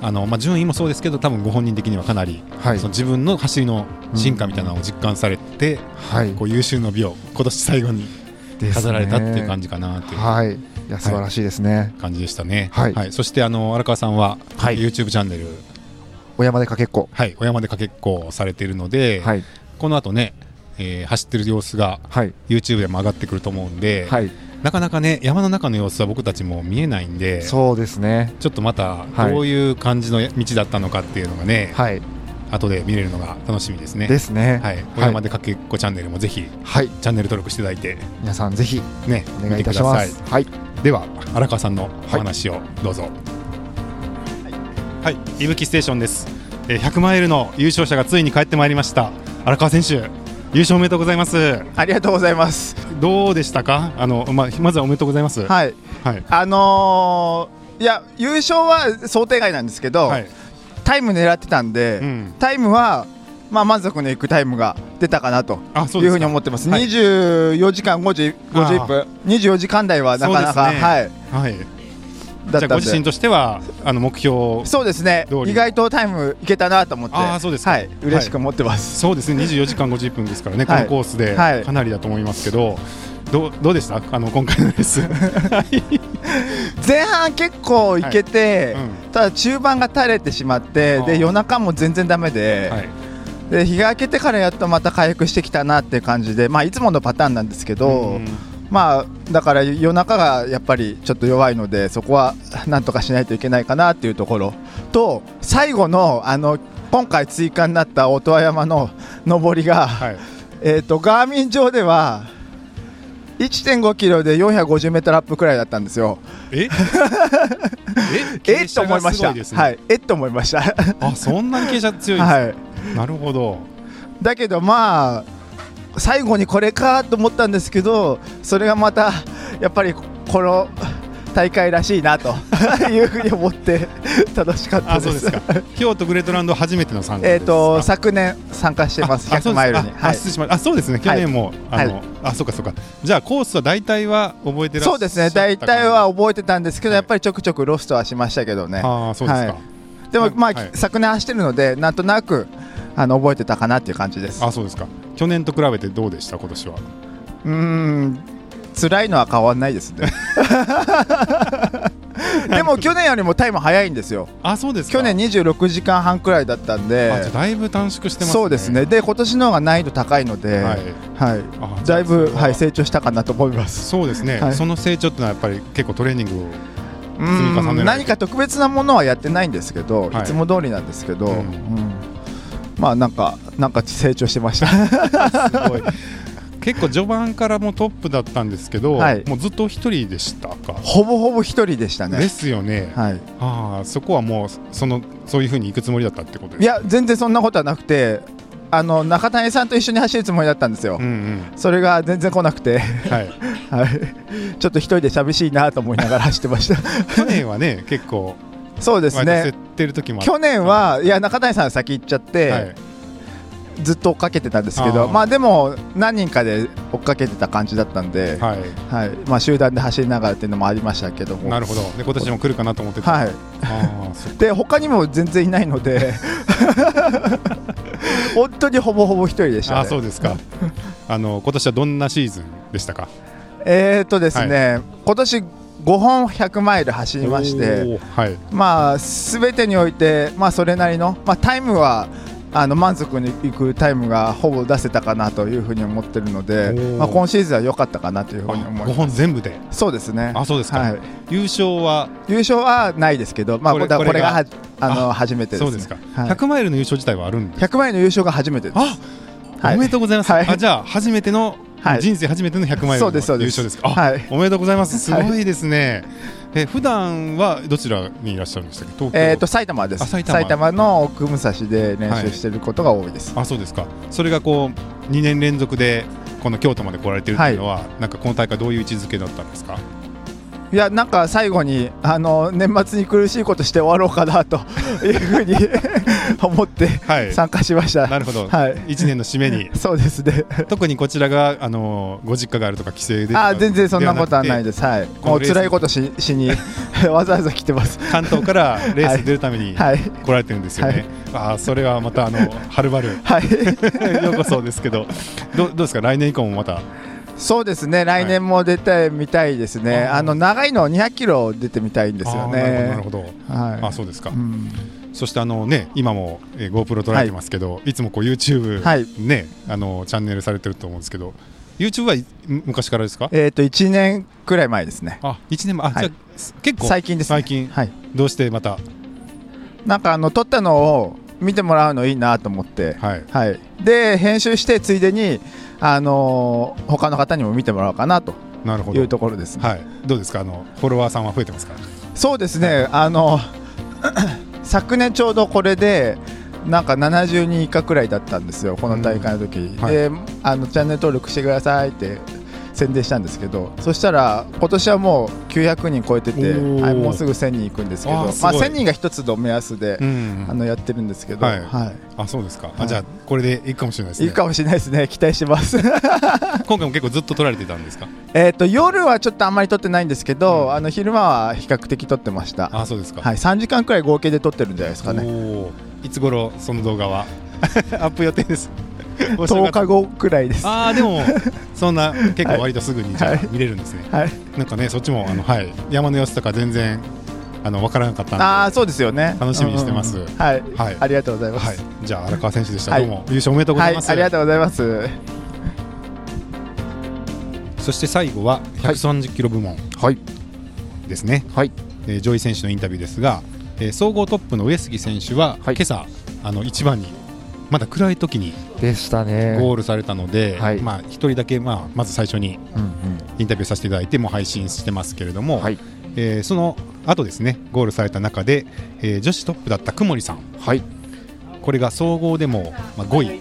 あの、まあ、順位もそうですけど多分ご本人的にはかなり、
はい
その自分の走りの進化みたいなのを実感されて、
はい
こう優秀の美を今年最後に飾られたっていう感
じ
じかなという
はいいや素晴らしいですね
感じでしたね、
はい
そしてあの荒川さんは、
はい
YouTube チャンネル、
小山でかけっこ
はい、お山でかけっこをされているので、
はい
この後ね、えー走ってる様子が
はい
YouTube でも上がってくると思うんで、
はい
なかなかね山の中の様子は僕たちも見えないんで
そうですね
ちょっとまた
はい
どういう感じの道だったのかっていうのがね、
はい
後で見れるのが楽しみですね。
ですね
はい、小山でかけっこチャンネルもぜひ
はい
チャンネル登録していただいて
皆さんぜひ
ね
お願いいたします
見てくだ
はい
さいでは荒川さんのお話をどうぞはい、いぶきステーションです、えー100マイルの優勝者がついに帰ってまいりました荒川選手優勝おめでとうございます
ありがとうございます。
どうでしたかあのまあまずはおめでとうございます
はい、
はい
あのーいや優勝は想定外なんですけど、
はい
タイム狙ってたんで、
うん
タイムはまあ満足のいくタイムが出たかなと
あそう
い
で
うふ
す
うに
か
思ってます。
はい
二十四時間五時五十一分、二十四時間台はなかな
そう
か、
ですね
はい
はい
だっ
じゃ
た
あご
んで。
自身としてはあの目標
そうですね
通り
意外とタイムいけたなと思って
あーそうですか
はい、嬉しく思ってます、
そうですね24時間50分ですからね、
はい
このコースで
はい
かなりだと思いますけど、どうどうでしたあの今回のレー ス、
前半結構いけて、
はいうん
ただ中盤が垂れてしまって
あー
で夜中も全然ダメで、
はい
で日が明けてからやっとまた回復してきたなっていう感じで、まあ、いつものパターンなんですけど、
うん
まあ、だから夜中がやっぱりちょっと弱いのでそこは なんとかしないといけないかなっていうところと最後のあの今回追加になった音羽山の上りが、
はい、
えー、とガーミン上では1.5キロで450メートルアップくらいだったんですよ。
え え
えっと思いまし
傾斜がす
た。
ごですね
はい、えっと思いました。
あそんなに傾斜強いんです、
はい
なるほど
だけどまあ最後にこれかと思ったんですけどそれがまたやっぱりこの大会らしいなと いうふうに思って楽しかった
あ
で
そうで
す。
すか京都グレートラウンド初めての参加で
えっ、
すか
と昨年参加してます
あそうです
100マイルに。
あ
は
あ
い
失礼しましたあそうですね去年も、
はい
あの、
は
あそうかそうかじゃあコースは大体は覚えてらっしゃ
そうですね大体は覚えてたんですけど、
はい
やっぱりちょくちょくロストはしましたけどね
ああそうですか、
はいでもまあ、
はい
昨年走ってるのでなんとなくあの覚えてたかなっていう感じです
あそうですか去年と比べてどうでした今年は
うーん辛いのは変わんないです ねでも去年よりもタイム早いんですよ
あそうですか
去年26時間半くらいだったんで
あじゃあだいぶ短縮してますね
そうですねで今年の方が難易度高いので、
は
はいい
あじゃあ
だい
そ
ぶ
れは
はい、成長したかなと思います
そうですね、
はい
その成長ってのはやっぱり結構トレーニングを
う
積み重ねられ
ん
て
何か特別なものはやってないんですけど、
はい
い、つも通りなんですけど、
うん
うんまあなんかなんか成長してまし た
すごい結構序盤からもうトップだったんですけど、
はい
もうずっと一人でしたか、
ほぼほぼ一人でした
で
ね
すよね、
はい
ああそこはもうそのそういうふうに行くつもりだったってことです
いや全然そんなことはなくてあの中谷さんと一緒に走るつもりだったんですよ、
うんうん
それが全然来なくて、
はい、
はい、ちょっと一人で寂しいなと思いながら走ってました
去年はね結構
そうです
割
ね
と競ってる時もあっ
去年はいや中谷さん先行っちゃって、
はい
ずっと追っかけてたんですけ
あ
ど
ー
まあでも何人かで追っかけてた感じだったんで、はい
はい、
まあ、集団で走りながらっていうのもありましたけども
なるほどで今年も来るかなと思ってた、
はい、
ああそっか
で他にも全然いないので 本当にほぼほぼ一人でした、ね、
あそうです かあの今年はどんなシーズンでしたか
えー、っとですね、今年5本100マイル走りまし
お
て
ーはい
まあ、全てにおいて、まあ、それなりの、まあ、タイムはあの満足にいくタイムがほぼ出せたかなというふうに思ってるので
おー、
まあ、今シーズンは良かったかなというふうに思
5
いま
本
す。
全部で
そうですね
あそうですか、
はい、
優勝は
優勝はないですけど、まあ、
こ
こ
れ
れこ
これ
れ
が
がはあの初めてです、
そ
ね、
うですか、
はい、100,
100マイルの優勝自体はあるんです
万円の優勝が初めてです
あ、
はい
おめでとうございます、
はい
あじゃあ初めての、
はい
人生初めての100マイル
そ
の
うですそう
優
です
勝ですかあ、
はい
おめでとうございますすごいですね、え普段はどちらにいらっしゃるんでしたっけ東京、
えー、と埼玉です
あ埼
埼
玉
玉の奥武蔵で練習してることが多いです、
あそうですかそれがこう2年連続でこの京都まで来られてるっていうのは、なんかこの大会どういう位置づけだったんですか
いやなんか最後にあの年末に苦しいことして終わろうかなというふうに 思って
はい
参加しました。
なるほど、
はい
一年の締め に
そうですね。
特にこちらがあのご実家があるとか帰省でとか
あ全然そんなことはない
で
です。はい。
こ
も
の
う
レース
辛いことし しにわざわざ来てます。
はなくて関東からレース出るために
はい
来られてるんですよね、あーそれはまたあのはる ばる
はい。
ようこそですけどどうどうですか来年以降もまた
そうですね。来年も出てみたいですね。
あー
あの長いの200キロ出てみたいんですよ
あーなる
ね
ほ。どなるほど、
はい
あそうですか、
うん
そしてあのね今も、えー GoPro 捉えてますけど、い、つもこう YouTube、
はい
ねあのチャンネルされてると思うんですけど YouTube はい昔からですか
えっ、と1年くらい前ですね。
あ一年前あ、
は
じ
い
ゃあ結構
最近ですね。
最近
はい。
どうしてまた
なんかあの撮ったのを見てもらうのいいなと思って。
はい
はい、で編集してついでに、あのー他の方にも見てもらおうかなと
なるほ
い
ど
うところです、ね
はいどうですかあのフォロワーさんは増えてますか
そうですね、あの 昨年ちょうどこれでなんか70人以下くらいだったんですよこの大会の時、
はい
で、あのチャンネル登録してくださいって宣伝したんですけどそしたら今年はもう900人超えてて、
おー
はい、もうすぐ1000人いくんですけど
あーす
ま
ご
あ、
い
1000人が一つの目安で、
ん
あのやってるんですけど、
はい
は
あそうですか、
は
あ
い
じゃあこれでいいかもしれないです
い、い
ね
いかもしれないですね期待してます
今回も結構ずっと撮られてたんですか
えー、と夜はちょっとあんまり撮ってないんですけど、
うん
あの昼間は比較的撮ってました、は
あそうですか
い、3時間くらい合計で撮ってるんじゃないですかね
おーいつ頃その動 画はアップ予定 ですお正
10
月
日後くらいですは
ああで もそんな結構割とすぐにじゃあ見れるんですね、
い
なんかねそっちもあのはい山の様子とか全然あのわからなかったんで
ああそうですよね
楽しみにしてます
うんうんうんはい、
はい
ありがとうございます、
はいじゃあ荒川選手でした、
はい
どうも優勝おめでとうござ
はいい、
ます、
ありがとうございます
そして最後は130キロ部門
はい
ですね、
はい
えー上位選手のインタビューですが、えー総合トップの上杉選手は、
はい
今朝あの一番にまだ暗い時に
でしたね
ゴールされたので、
はい
まあ一人だけまあまず最初に
うんうん
インタビューさせていただいてもう配信してますけれども、
はい
えーその後ですねゴールされた中で、えー女子トップだったくもりさん
はい
これが総合でも、まあ、5位、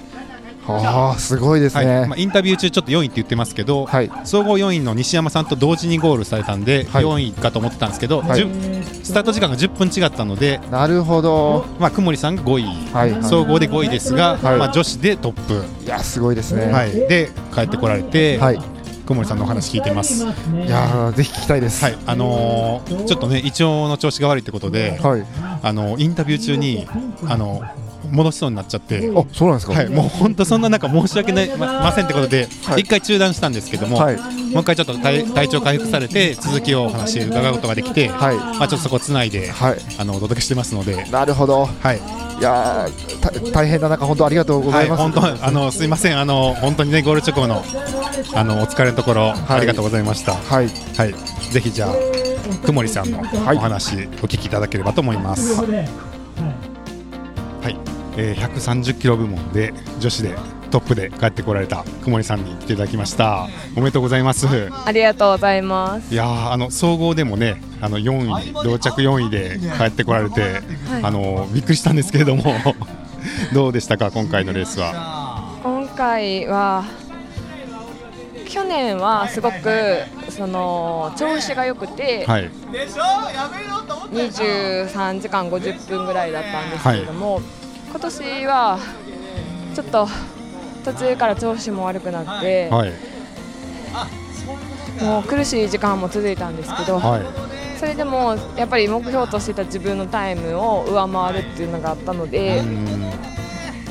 ああすごいです
はい
ね
まあ、インタビュー中ちょっと4位って言ってますけど、
はい
総合4位の西山さんと同時にゴールされたんで、
はい
4位かと思ってたんですけど、
はい
10スタート時間が10分違ったので、
なるほど
まあ、くもりさんが5位、
はいはい
総合で5位ですが、
はい
まあ、女子でトップ、
いやすごいですね
はい、で帰ってこられて、
はい
くもりさんのお話聞いてます。はい
いやーぜひ聞きたいです
あのーちょっとね胃腸の調子が悪いってことで、
はい
あのインタビュー中にあの戻しそうになっちゃって、
あそうなんですか
はい、もう本当そんな中申し訳ないまませんってことで一、
はい
回中断したんですけども、
はい
もう一回ちょっと体体調回復されて続きをお話伺うことができて、
はい
まあちょっとそこつないで、
はい
あのお届けしてますので。
なるほど
はい、
いやーた大変な中本当ありがとうござ
はいい、
ます
本当、あの、すいません、あの、本当にね、ゴール直後の。あの、お疲れのところ、
い
ありがとうございました。は
はい
い、ぜひ、じゃあ、くもりさんのお
い
話、お聞きいただければと思います。はい、えー、130キロ部門で女子でトップで帰ってこられたくもりさんに来ていただきましたおめでとうございますい
ありがとうございます。
やーあの総合でもねあの4位同着4位で帰ってこられて、
はい
あのびっくりしたんですけれどもどうでしたか今回のレースは
今回は去年はすごくその調子が良くて、
はい
23時間50分ぐらいだったんですけれども、今年はちょっと途中から調子も悪くなって、
はい
もう苦しい時間も続いたんですけど、
はい
それでもやっぱり目標としていた自分のタイムを上回るっていうのがあったので
う、ん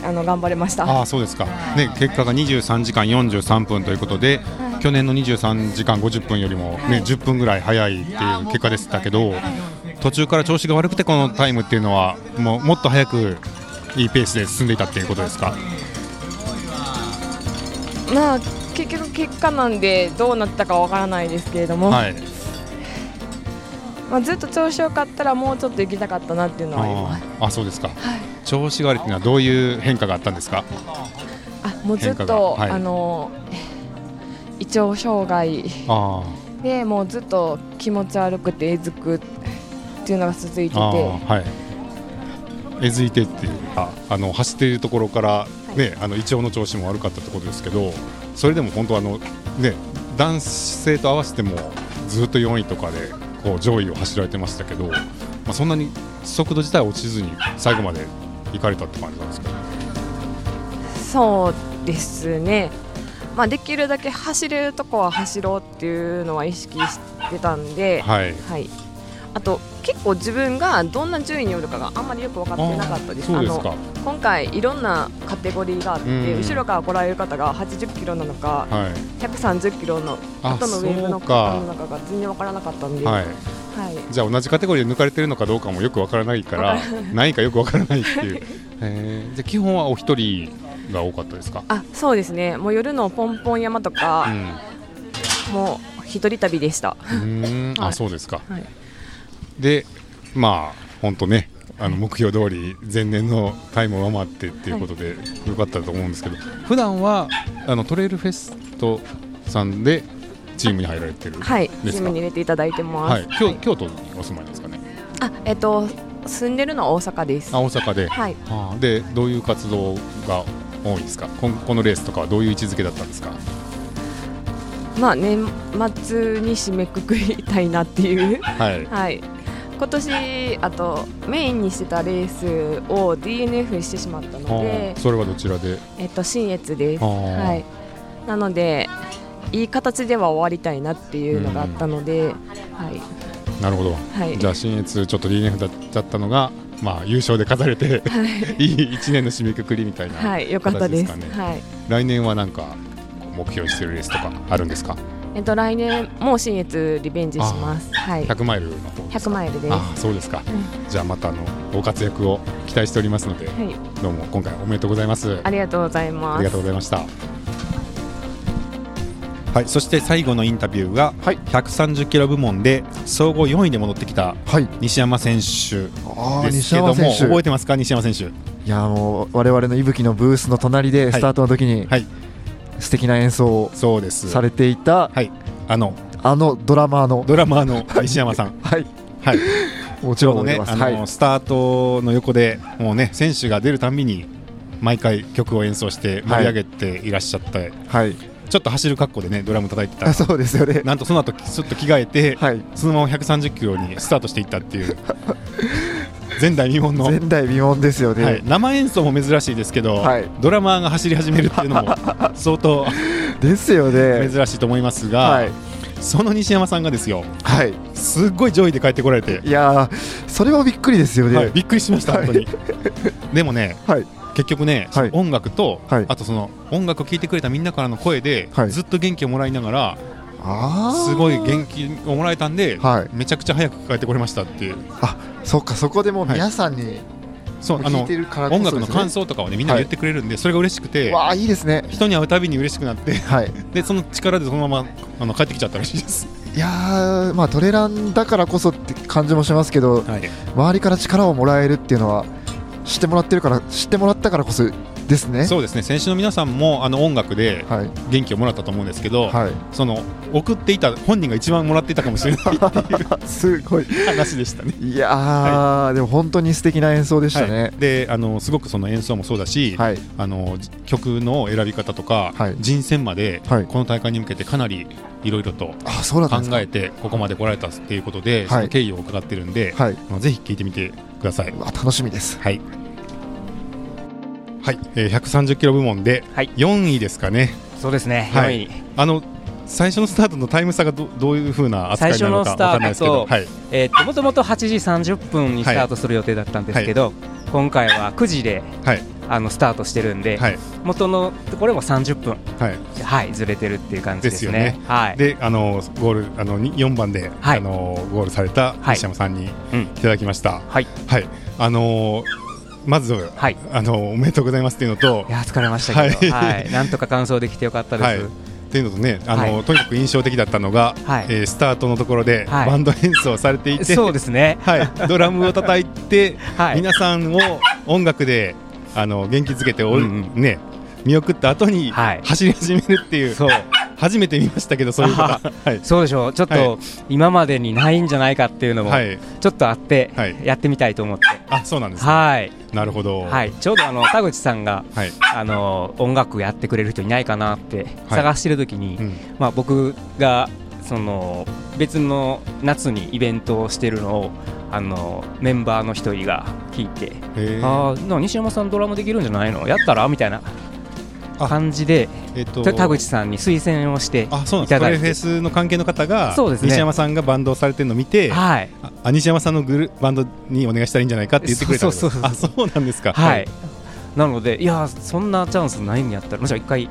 あの頑張れました。
ああそうですかね結果が23時間43分ということで、去年の23時間50分よりもね10分ぐらい早いっていう結果でしたけど、途中から調子が悪くてこのタイムっていうのはもうもっと早くいいペースで進んでいたっていうことですか。
まあ結局結果なんでどうなったかわからないですけれども、
はい。
まあずっと調子良かったらもうちょっと行きたかったなっていうのは
あ
あります。
ーあそうですか。調子が悪いっていうのはどういう変化があったんですか。
あもうずっ
変化が
と、
はい
あの胃腸障害
あ
でもうずっと気持ち悪くてえずくっていうのが続いて
ああ
て
ーはい。えずいてっていうかあの走っているところからね、あの胃腸の調子も悪かったってことですけどそれでも本当あの、ね、男性と合わせてもずっと4位とかでこう上位を走られてましたけど、まあ、そんなに速度自体は落ちずに最後まで行かれたって感じなんですけど。
そうですね、まあ、できるだけ走れるとこは走ろうっていうのは意識してたんで、
はい
はい、あと結構自分がどんな順位におるかがあんまりよく分かってなかったです。
そう
あ
です
の
か
今回いろんなカテゴリーがあって、
うん
後ろから来られる方が80キロなのか、
はい
130キロの
あ
後のウェーブの
そうか
方の中が全然分からなかったんで、
はいい、じゃあ同じカテゴリーで抜かれてるのかどうかもよくわからない から何位かよくわからないっていう、えーじゃあ基本はお一人が多かったですか、
あそうですね、もう夜のポンポン山と
う
か、
ん
もう一人旅でした。
うーん
は
あ
い
そうですか、
はい
でまあ本当ねあの目標通り前年のタイムを上回ってっていうことでよかったと思うんですけど、普段はあのトレイルフェストさんでチームに入られてるんですか、
はい、チームに入れていただいてます。
はい、京京都にお住まいですかね
あ、えっと、住んでるのは大阪です。
あ大阪で、
はい、
あーでどういう活動が多いですかこんこのレースとかはどういう位置づけだったんですか
まあ、年末に締めくくりたいなっていう。
はい
はい。今年、あと、メインにしてたレースを D. N. F. してしまったの
あ
で
ー。それはどちらで
えっと、新越です。
あー
はい。なので。いい形では終わりたいなっていうのがあったので、はい、
なるほど、
はい
じゃあ新越ちょっと DNF だっちゃったのが、まあ、優勝で飾れて、い、 い1年の締めくくりみたいな
はい、よかったです。
形かね
はい、
来年はなんか目標にしてるレースとかあるんですか
えっと、来年も新越リベンジします。はい、
100マイルの方です
100
か
マイルです。
ああそうですか、じゃあまたあのご活躍を期待しておりますので、
はい、
どうも今回おめでとうございます
ありがとうございま
あ
す。
りがとうございました。はい、そして最後のインタビューが、
はい
130キロ部門で総合4位で戻ってきた
はい
西山選手
あー
です
西
けど
山
も
選手
覚えてますか西山選手
いやもう我々のいぶきのブースの隣でスタートの時に
はい
素敵な演奏を
そうです
されていた
はいあの
あのドラマーの
ドラマーの西山さん
はい
はい
もち
ちょ
ろ
うん
覚え
どね
てます
あ
は
の、
い
スタートの横でもうね選手が出るたんびに毎回曲を演奏して盛り上げていらっしゃって、
はい
ちょっと走る格好でねドラム叩いてた
あそうですよね
なんとその後ちょっと着替えて、
はい
そのまま130キロにスタートしていったっていう前代未聞の、
前代未聞ですよね、
はい、生演奏も珍しいですけど、
はい
ドラマーが走り始めるっていうのも 相当
ですよね
珍しいと思いますが、
はい
その西山さんがですよ
はい
すっごい上位で帰ってこられて、
いやーそれはびっくりですよね
は、
はいい
びっくりしました、
はい
本当に。でもね
はい
結局ね、
はい
音楽と、
はい
あとその音楽を聴いてくれたみんなからの声で、
はい
ずっと元気をもらいながら
あー
すごい元気をもらえたんで、
はい
めちゃくちゃ早く帰ってこれましたっていう
あそっかそこでもう皆さんに、
そうあ
聞
の
いてるからこそ
音
ですね
楽の感想とかをねみんな言ってくれるんで、それが嬉しくて
わあいいですね
人に会うたびに嬉しくなって
はい
でその力でそのままあの帰ってきちゃったらしいです、
いやーまあトレランだからこそって感じもしますけど
はい、
周りから力をもらえるっていうのは知ってもらってるから知ってもらったからこそですね
そうですね選手の皆さんもあの音楽で
はい
元気をもらったと思うんですけど、
は
その送っていた本人が一番もらっていたかもしれ ないっていう
いすごい
話でしたね。
いやー、でも本当に素敵な演奏でした
は
ね
い、であのすごくその演奏もそうだし、
はい
あのじ曲の選び方とか、
はい
人選まで、
はい
この大会に向けてかなりいろいろと
あそうだった
考
んですか
えてここまで来られたっていうことで、
い
その経緯を伺ってるんで、
はい。
あのぜひ聞いてみてくださいう
わ楽しみです
はい。はい、えー、130キロ部門で
はい
4位ですかね。
そうですね、
は
はいい、
あの最初のスタートのタイム差がどどういう風な扱いなのかわかんないですけど、はい、
えーっともともと8時30分にスタートする予定だったんですけど、今回は9時で
はい、
あのスタートしてるんで、
はい、
元のところも30分、
はい。
はい、ずれてるっていう感じですね。
ですよね
はい、
で、あのゴールあのに4番で、
はい
あのゴールされた
はい
西山さんにい
うん
ただきました。
はい、
はい、あのーまず、
はい
あのおめでとうございますっていうのと
い、や疲れましたけど、
は
はいい なんとか完走できてよかったで
はい、
す。
っていうのとね、あの
はい
とにかく印象的だったのが、
はい
えースタートのところで、
はい
バンド演奏されていて、
そうですね、
はい、ドラムを叩いて、
はい
皆さんを音楽であの元気づけてお、
うん
ね、見送った後に
はい
走り始めるっていう、
そう
初めて見ましたけど、そういう 方、はい、
そうでしょう、ちょっ
はい
と今までにないんじゃないかっていうのも、
はい、
ちょっとあって、
はい
やってみたいと思って、
あそうなんです、ね、
はい、
なるほど、
はい、ちょうどあの田口さんが
はい
あの音楽やってくれる人いないかなって探してる時に、
うん
まあ、僕がその別の夏にイベントをしてるのをあのメンバーの一人が聞いて
えー
あーな西山さんドラムできるんじゃないのやったらみたいな
あ
感じで
えっと
田口さんに推薦をして
あそうなんで
い
す
た
ト
だ
レ
い
フェ
て
スの関係の方が
そうですね
西山さんがバンドをされてるのを見てあ
はい
あ西山さんのグルバンドにお願いしたらいいんじゃないかって言ってくれたんです
そうそうそう
あそうなんですか
はいなのでいやーそんなチャンスないんやったらむしろ一回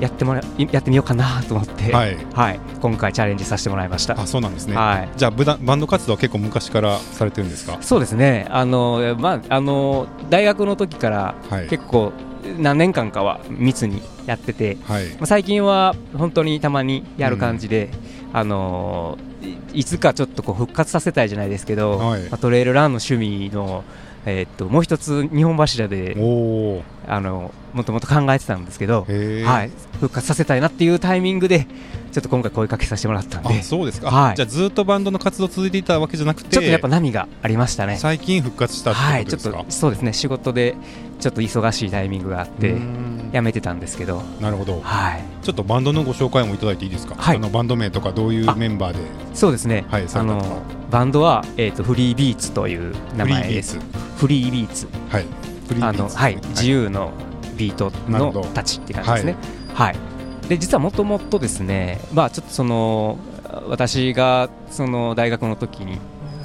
やってもらやってみようかなと思って、
は
はいい今回チャレンジさせてもらいました
あそうなんですね、
はい
じゃあブダバンド活動は結構昔からされてるんですか
そうですね、あのまああの大学の時から
はい
結構何年間かは密にやってて、
はい
まあ最近は本当にたまにやる感じで、あのいいつかちょっとこう復活させたいじゃないですけど、
はい
まあトレイルランの趣味の、えーっともう一つ日本柱で
おお
あのもともと考えてたんですけど、
へえ
はい、復活させたいなっていうタイミングでちょっと今回声かけさせてもらったんで
あそうですか、
はい
じゃあずっとバンドの活動続いていたわけじゃなくて
ちょっとやっぱ波がありましたね。
最近復活したって
は
こ
い、
と
ち
で
ょっ
すか、
とそうですね仕事でちょっと忙しいタイミングがあっ
う
て
ーん
辞めてたんですけど
なるほど
はい
ちょっとバンドのご紹介もいただいていいですか、
はい
あのバンド名とかどういう
あ
メンバーで
そうですね、
はいさ
あ
れたと
のバンドは、えー、とフリービーツという名
フリー
前
ビー
で
ツ
すフリービーツ
はいフリー
あ
ビー
の、
ツ
はい、自由のビート
なるほ
の
ど
たちって感じですね。はい、で実はもともとですね、まあ、ちょっとその私がその大学の時に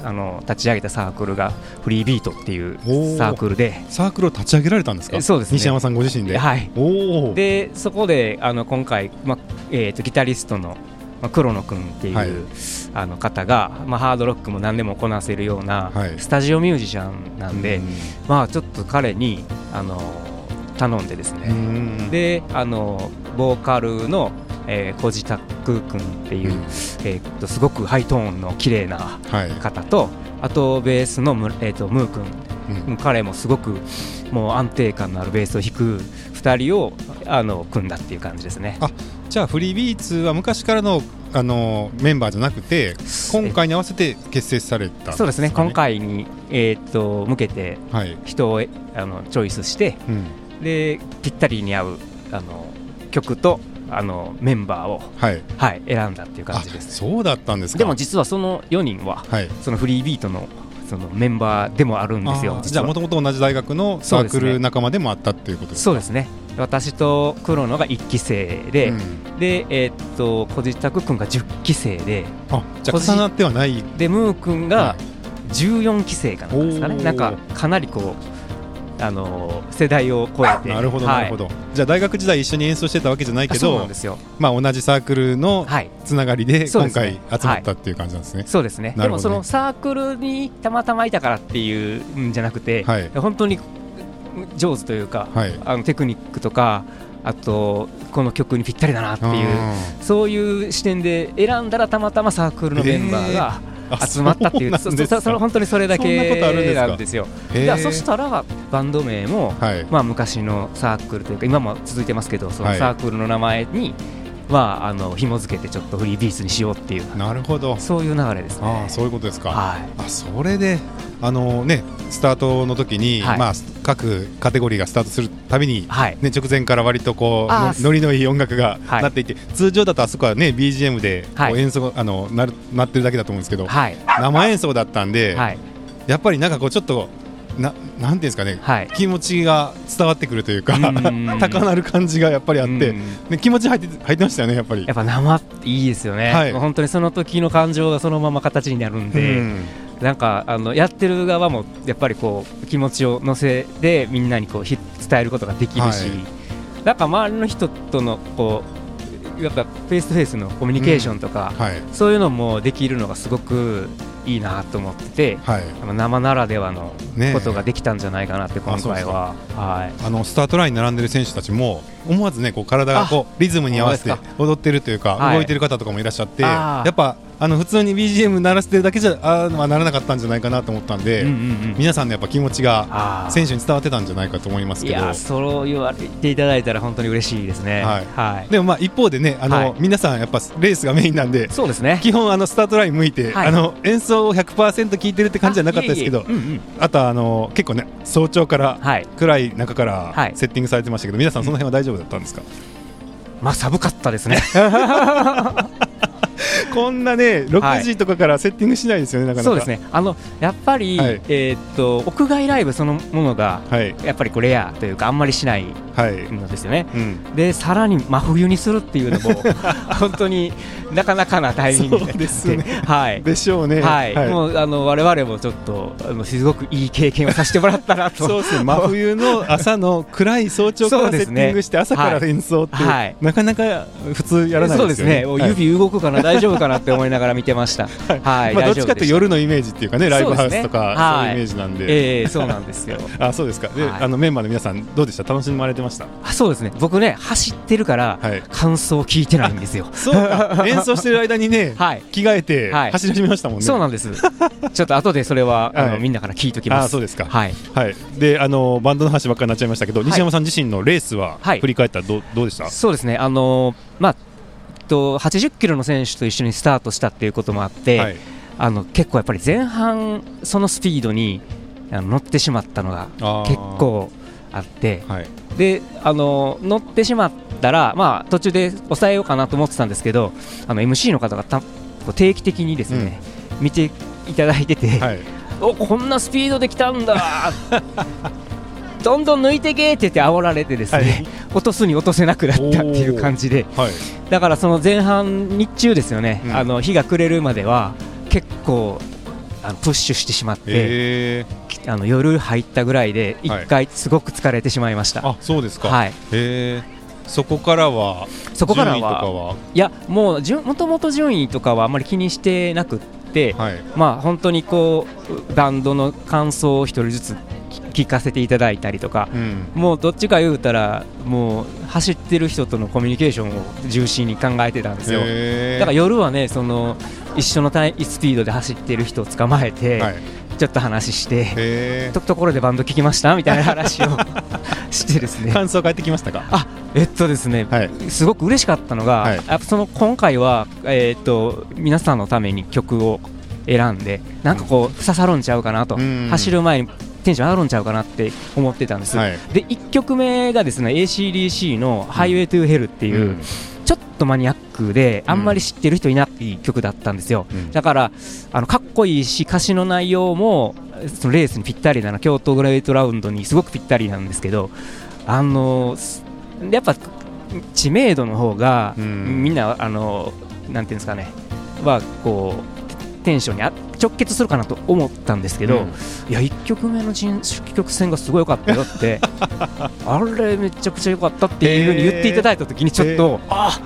あの立ち上げたサークルがフリービートっていう
おー
サークルで。
サークルを立ち上げられたんですか
えそうですね
西山さんご自身で、
はい
おお
でそこであの今回、まあえー、とギタリストの、まあ、黒野君っていう、
はい
あの方が、まあ、ハードロックも何でもこなせるような、
はい
スタジオミュージシャンなんで、まあ、ちょっと彼にあの頼んでです
うー
ね、
ん
であのボーカルの、えー、小路拓君っていう、
うん
えーとすごくハイトーンの綺麗な
はい、
方とあとベースのむ、えー、とムー君
うん
彼もすごくもう安定感のあるベースを弾く2人をあの組んだっていう感じですね。
あじゃあフリービーツは昔からのあのメンバーじゃなくて今回に合わせて結成されたん
そうですね
か
今回に、えー、と向けて
はい、
人をえあのチョイスして
うん、
でぴったりに合うあの曲とあのメンバーを、
はい
はい、選んだっていう感じで
あ
す。
そうだったんですか
でも実はその4人は
はい
そのフリービートのそのメンバーでもあるんですよ
あーじ
実
ゃあも
は
ともと同じ大学のサークル仲間でもあったっていうことですか
そうですね私と黒野が1期生で、
うん
で、えーっと小路拓君が10期生で
あじゃあ重なってはない
でムー
は
君が14期生かなんかですか
お
ね
ー
なんかかなりこう、あのー世代を超えて
なるほど
はい
なるほど、じゃあ大学時代一緒に演奏してたわけじゃないけ
そうな
ど
んですよ
まあ、同じサークルの
はい
つながりで
そう
今
です
回
ね
集まったっていう感じなんですね
そうですね
な
で
るほどね
もそのサークルにたまたまいたからっていうんじゃなくて、
はい
本当に上手というか、
はい、
あのテクニックとかあとこの曲にぴったりだなっていう
う
そういう視点で選んだらたまたまサークルのメンバーが、
んあ
集まったっていう
そ
そう
なん
う
ですか
そそれ本当にそれだ
そんなことあるんです
け
か
なんですよ
へえ
でそしたらバンド名も、
はい、
まあ、昔のサークルというか今も続いてますけどそ
は
の
い
サークルの名前に、まあ、あの紐付けてちょっとフリービースにしようっていう
なるほど
そういう流れです
あ
ね
あそういうことですか、
はい
あそれであのねスタートの時に、
はい
まあ各カテゴリーがスタートするたびに、
はい
ね直前から割とこう
あ
の
ー
ノリのいい音楽が
はい
なっていて、通常だとあそこはね BGM でこ
は
う
い
演奏、あのなるなってるだけだと思うんですけど、
はい
生演奏だったんで、
はい
やっぱりなんかこうちょっとななんていうんですかね、
はい
気持ちが伝わってくるというか
うんうんう ん
高鳴る感じがやっぱりあっ
う
て、
ん
ね、気持ち入って入ってましたよねやっぱり
やっぱ生っていいですよね、
はい
本当にその時の感情がそのまま形になるんで、
うん
なんかあのやってる側もやっぱりこう気持ちを乗せてみんなにこうひ伝えることができるし、
は
なんか周りの人とのこうやっぱフェイスとフェイスのコミュニケーションとか、
はい
そういうのもできるのがすごくいいなと思ってて、
はい
あの生ならではの
ねえ
ことができたんじゃないかなって今
そうです
回は、はい
あのスタートラインに並んでる選手たちも思わずねこう体がこうリズムに合わせて
本当で
踊ってるというか、
はい
動いてる方とかもいらっしゃって
あ
や
ー
っぱあの普通に BGM 鳴らしてるだけじゃあー、まあ、ならなかったんじゃないかなと思ったんで、
うんうんうん
皆さんのやっぱ気持ちが
あー
選手に伝わってたんじゃないかと思います
い
けど
やーそう言われていただいたら本当に嬉しいですね。
はい
はい
でもまあ一方でねあの、
はい
皆さんやっぱレースがメインなんで
そうですね。
基本あのスタートライン向いて、
はい
あの演奏を100%聞いてるって感じじゃなかったですけどあ
あいえいえうんうん
とはあの結構ね早朝から、
はい
暗い中か
は
ら
い
セッティングされてましたけど皆さんその辺は大丈夫だったんですか、
まあ寒かったですね。
こんなね
は
6
い
時とかからセッティングしないですよねなかなか
そうですね。あのやっぱり、
はい
えーっと屋外ライブそのものが
はい
やっぱりこうレアというかあんまりしない
はい、
のですよね。
うん、
でさらに真冬にするっていうの も本当になかなかなタイミングになって
そうですね
はい。
でしょうね
はい、もうあの我々もちょっとあのすごくいい経験をさせてもらったなと
そうですね真冬の朝の暗い早朝か
そ
ら
う
セ
で
ッ
す
テ
ね
ィングして朝から演奏って、
はい
なかなか普通やらない
そう
で
ですす
よね
ね、もう指動くかな、大丈夫かなって思いながら見てました。はい、
はいまあ、どっちかっていうと夜のイメージっていうかねライブハウスとかそう,、
そう
いうイメ
で
ージ
すね
なんで、
ええそうなんですよ。
あそうですかで、
はい
あのメンバーの皆さんどうでした楽しまれてました
あそうですね、僕ね、走ってるから、
はい
感想を聞いてないんですよ。
そうか演奏してる間にね、
はい
着替えて
はい
走り始めましたもんね、
そうな んです。ちょっと後でそれは、あ
は
の
い
みんなから聞いときます。
あそうですか
はい。
はい、であのバンドの話ばっかりになっちゃいましたけど、西山さん自身のレースは
はい
振り返ったらどうどうでした、
そうですね、あのまあ、えっと80キロの選手と一緒にスタートしたっていうこともあって、
はい
あの結構やっぱり前半、そのスピードにあの乗ってしまったのが
あー
結構あって、
はい
であの乗ってしまったら、まあ、途中で抑えようかなと思ってたんですけどあの MC の方がたこう定期的にですね、見ていただいてて、
はい、
おこんなスピードで来た んだどんどん抜いてけって言って煽られてですね、
はい
落とすに落とせなくなったっていう感じで
はい、
だからその前半日中ですよね、
うん
あの日が暮れるまでは結構あのプッシュしてしまって、
え
あの夜入ったぐらいで
はい
一回すごく疲れてしまいました。
ー、あそうですか、
はい
えー、そこからは
そこから
順位とか
は
はい
やもう順もともと順位とかはあまり気にしてなくって、
はい
まあ本当にこうバンドの感想を一人ずつ聞聞かせていただいたりとか、
うん
もうどっちか言うたらもう走ってる人とのコミュニケーションを重心に考えてたんですよ。
えー
だから夜はねその一緒のタイスピードで走ってる人を捕まえて、
はい
ちょっと話して、
えー
とところでバンド聞きましたみたいな話を してですね
感想返ってきましたか
あえっとですね、
はい
すごく嬉しかったのが、
はい
やっぱその今回は、えーっと皆さんのために曲を選んでなんかこう刺さるんちゃうかなと
うん
走る前にテンション上がるんちゃうかなって思ってたんです、
はい
で1曲目がですね ACDC の「Highway to Hell」っていう、
うん
ちょっとマニアックであんまり知ってる人いない曲だったんですよ、
うん
だからあのかっこいいし歌詞の内容もそのレースにぴったりだな京都グレートラウンドにすごくぴったりなんですけどあのすやっぱ知名度の方が、
うん
みんなあのなんていうんですかねはこうテンションにあ直結するかなと思ったんですけど、
うん
いや1曲目の人曲線がすごい良かったよって あれめちゃくちゃ良かったっていうふうに言っていただいた時にちょっと、あ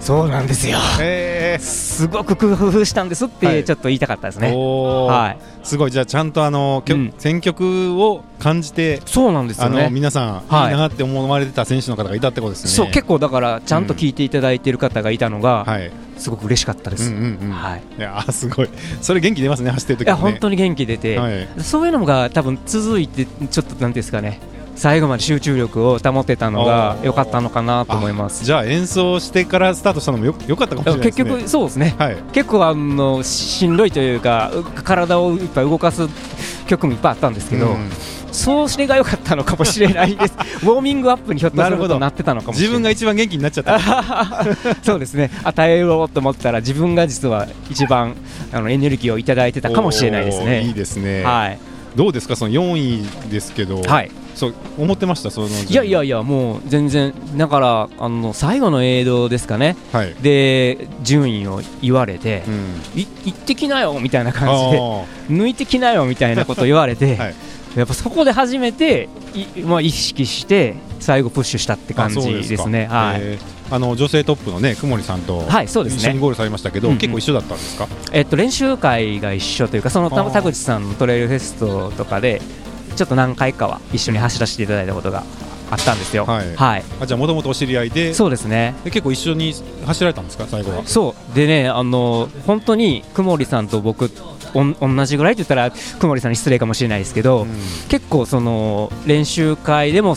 そうなんですよ
えー
すごく工夫したんですっ
は
て
い
ちょっと言いたかったですね。
おー
はい、
すごいじゃあちゃんとあの、きょ
うん
選曲を感じて
そうなんですよ
あ
ね
の皆さん、
はい
いいなって思われてた選手の方がいたってことですね。
そう結構だからちゃんと聞いていただいている方がいたのが、
はい、
すごく嬉しかったで
うん
す。
うんうん、
はい、い
いやーすごい、それ元気出ますね、走ってる時
や
もね
本当に元気出て、
はい
そういうのが多分続いてちょっとなんていうんですかね最後まで集中力を保てたのが良かったのかなと思います。
じゃあ演奏してからスタートしたのもよよかったかもしれないで
結
すね。
局そうですね、
はい
結構あのしんどいというかう体をいっぱい動かす曲もいっぱいあったんですけど、
うん
そうしれが良かったのかもしれな いですウォーミングアップにひょっとするとなってたのかもしれ
自
ない
分が一番元気になっちゃった。
そうですね与えようと思ったら自分が実は一番あのエネルギーをいただいて たかもしれないです
おー
ね
いいですね。
はい
どうですかその四位ですけど。
はい。
そう思ってましたその。
いやいや。いやもう全然だからあの最後の映像ですかね
はい。
で順位を言われて、
ん。
い行ってきなよみたいな
あ
感じで
ー
抜いてきなよみたいなこと言われて、
はい
やっぱそこで初めてい、まあ、意識して最後プッシュしたって感じ
あそう
です
か
ねはい、
えーあの女性トップのねくもりさんと、
はいそうですね
一緒にゴールされましたけど、
うんうん
結構一緒だったんですか。
えっと、練習会が一緒というかその
あ
た
ー
田口さんのトレイルフェストとかでちょっと何回かは一緒に走らせていただいたことがあったんですよ。
はい
はい、
あじゃあもともとお知り合いで
そうですね
で結構一緒に走られたんですか最後は
そうでねあの本当にくもりさんと僕おん同じぐらいって言ったらくもりさんに失礼かもしれないですけど、結構その練習会でも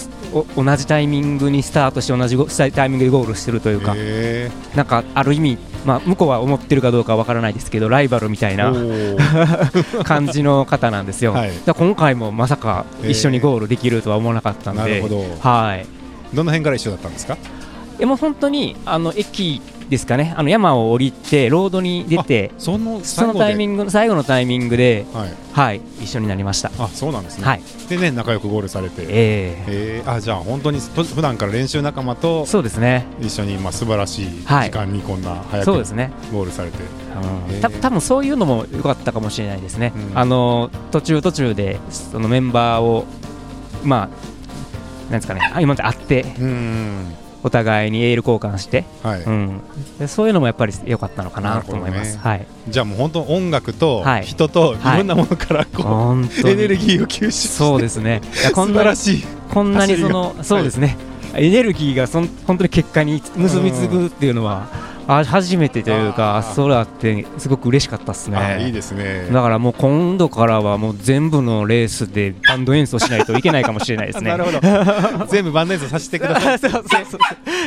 お同じタイミングにスタートして同じごタイミングでゴールしてるというか、
へ
なんかある意味、まあ、向こうは思ってるかどうかわからないですけどライバルみたい
え
な感じの方なんですよ、
はい
だから今回もまさか一緒にゴールできるとは思わなかったんで、
なるほど
はい
どの辺から一緒だったんですか
えもう本当にあの駅ですかねあの山を降りてロードに出て
その
そ
最後
の
で
タイミング最後のタイミングで、
はい
はい、一緒になりました。
あそうなんですね、
はい、
でね仲良くゴールされてえ
え
えあじゃあ本当にと普段から練習仲間と
ー、そうですね。
一緒にまあ素晴らしい時
はい
間にこんな早く
そうですね。
ゴールされて、
うん
えー
た多分そういうのも良かったかもしれないですね。
うん
あの途中途中でそのメンバーをまあなんですかね、あ今まで会って
うん
お互いにエール交換して、
はい、
うん、でそういうのもやっぱり良かったのかなと思います。
な
はい。
じゃあもう本当音楽と
はい
人とい
はい
ろんなものからこう、
本当に
エネルギーを吸収して
そうですね。いや こ
素
ん
晴
な
らしい
こんなに そのそうですね、エネルギーがそん本当に結果に結びつくっていうのは、あ初めてという
あ
か、
ー
それあってすごく嬉しかったです
あ
ね。
いいですね
だからもう今度からはもう全部のレースでバンド演奏しないといけないかもしれないですね。
なる ほど全部バンド演奏させてください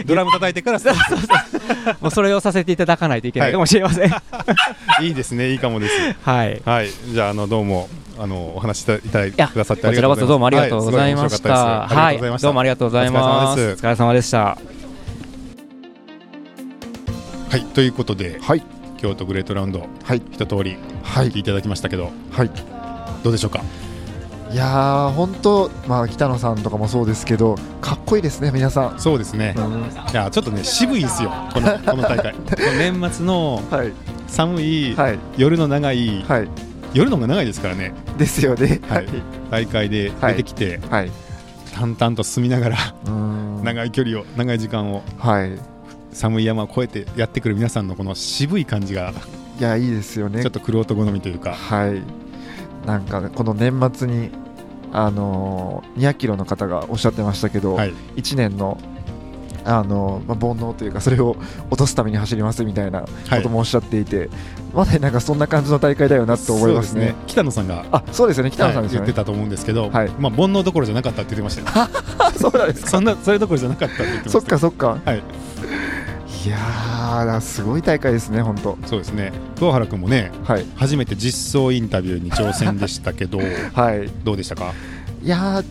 ドラム叩いてから
もうそれをさせていただかないといけないかもしれません。はい
いいですねいいかもです
はい。
はいじゃああのどうもあのお話しいたいただい
いや
く
こ
ださってあり
ち
が
ら
とうございます
こそどうもありがとうございまし
は
た。
いすごい面白かったですありがとうございました
どうもありがとうございます。
お疲れ様
お
です
疲れ様でした。
はいということで
はい
京都グレートラウンド
はい
一通り
は
聞いて
い
いただきましたけど
はい
どうでしょうか
いやー本当まあ北野さんとかもそうですけどかっこいいですね皆さん、
そうですねいやちょっとね渋いですよ このこの大会この年末の
はい
寒い
はい
夜の長い
はい
夜の方が長いですからね
ですよね
はい大会で出てきて
はいはい
淡々と進みながら
うーん
長い距離を長い時間を
はい
寒い山を越えてやってくる皆さんのこの渋い感じが
いやいいですよね
ちょっとくろと好みというか
はいなんかねこの年末にあのー、200キロの方がおっしゃってましたけど、
はい
1年のあのー、まあ、煩悩というかそれを落とすために走りますみたいなこともおっしゃっていて、まさになんかそんな感じの大会だよなと思いますね
そうで北野さんが
あそうですよね北野さん
は
で
い
すよ
言って
ね、
たと思うんですけど、
はい
まあ煩悩どころじゃなかったって言ってましたよ
あそうなんですか
そんなそれどころじゃなかったって言ってまし
そ
た
っかそっか
はい
いやーすごい大会ですね本当
そうですね桑原君もね
はい
初めて実装インタビューに挑戦でしたけど
はい
どうでしたか
いやー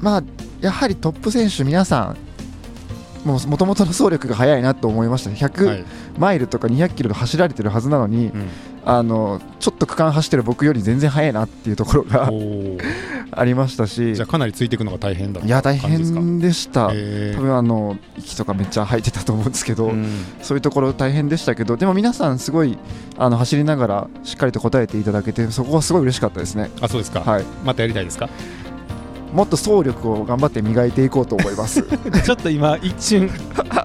まあやはりトップ選手皆さんもともとの走力が速いなと思いましたね100、
はい
マイルとか200キロで走られてるはずなのに、
うん
あのちょっと区間走ってる僕より全然速いなっていうところが
おー
ありましたし
じゃあかなりついていくのが大変だった
いや大
感じですか
変でした、
え
多分あの息とかめっちゃ吐いてたと思うんですけど、
ーうん
そういうところ大変でしたけどでも皆さんすごいあの走りながらしっかりと答えていただけてそこはすごい嬉しかったですね、
あそうですか、
はい、
またやりたいですか
もっと走力を頑張って磨いていこうと思います
ちょっと今一 瞬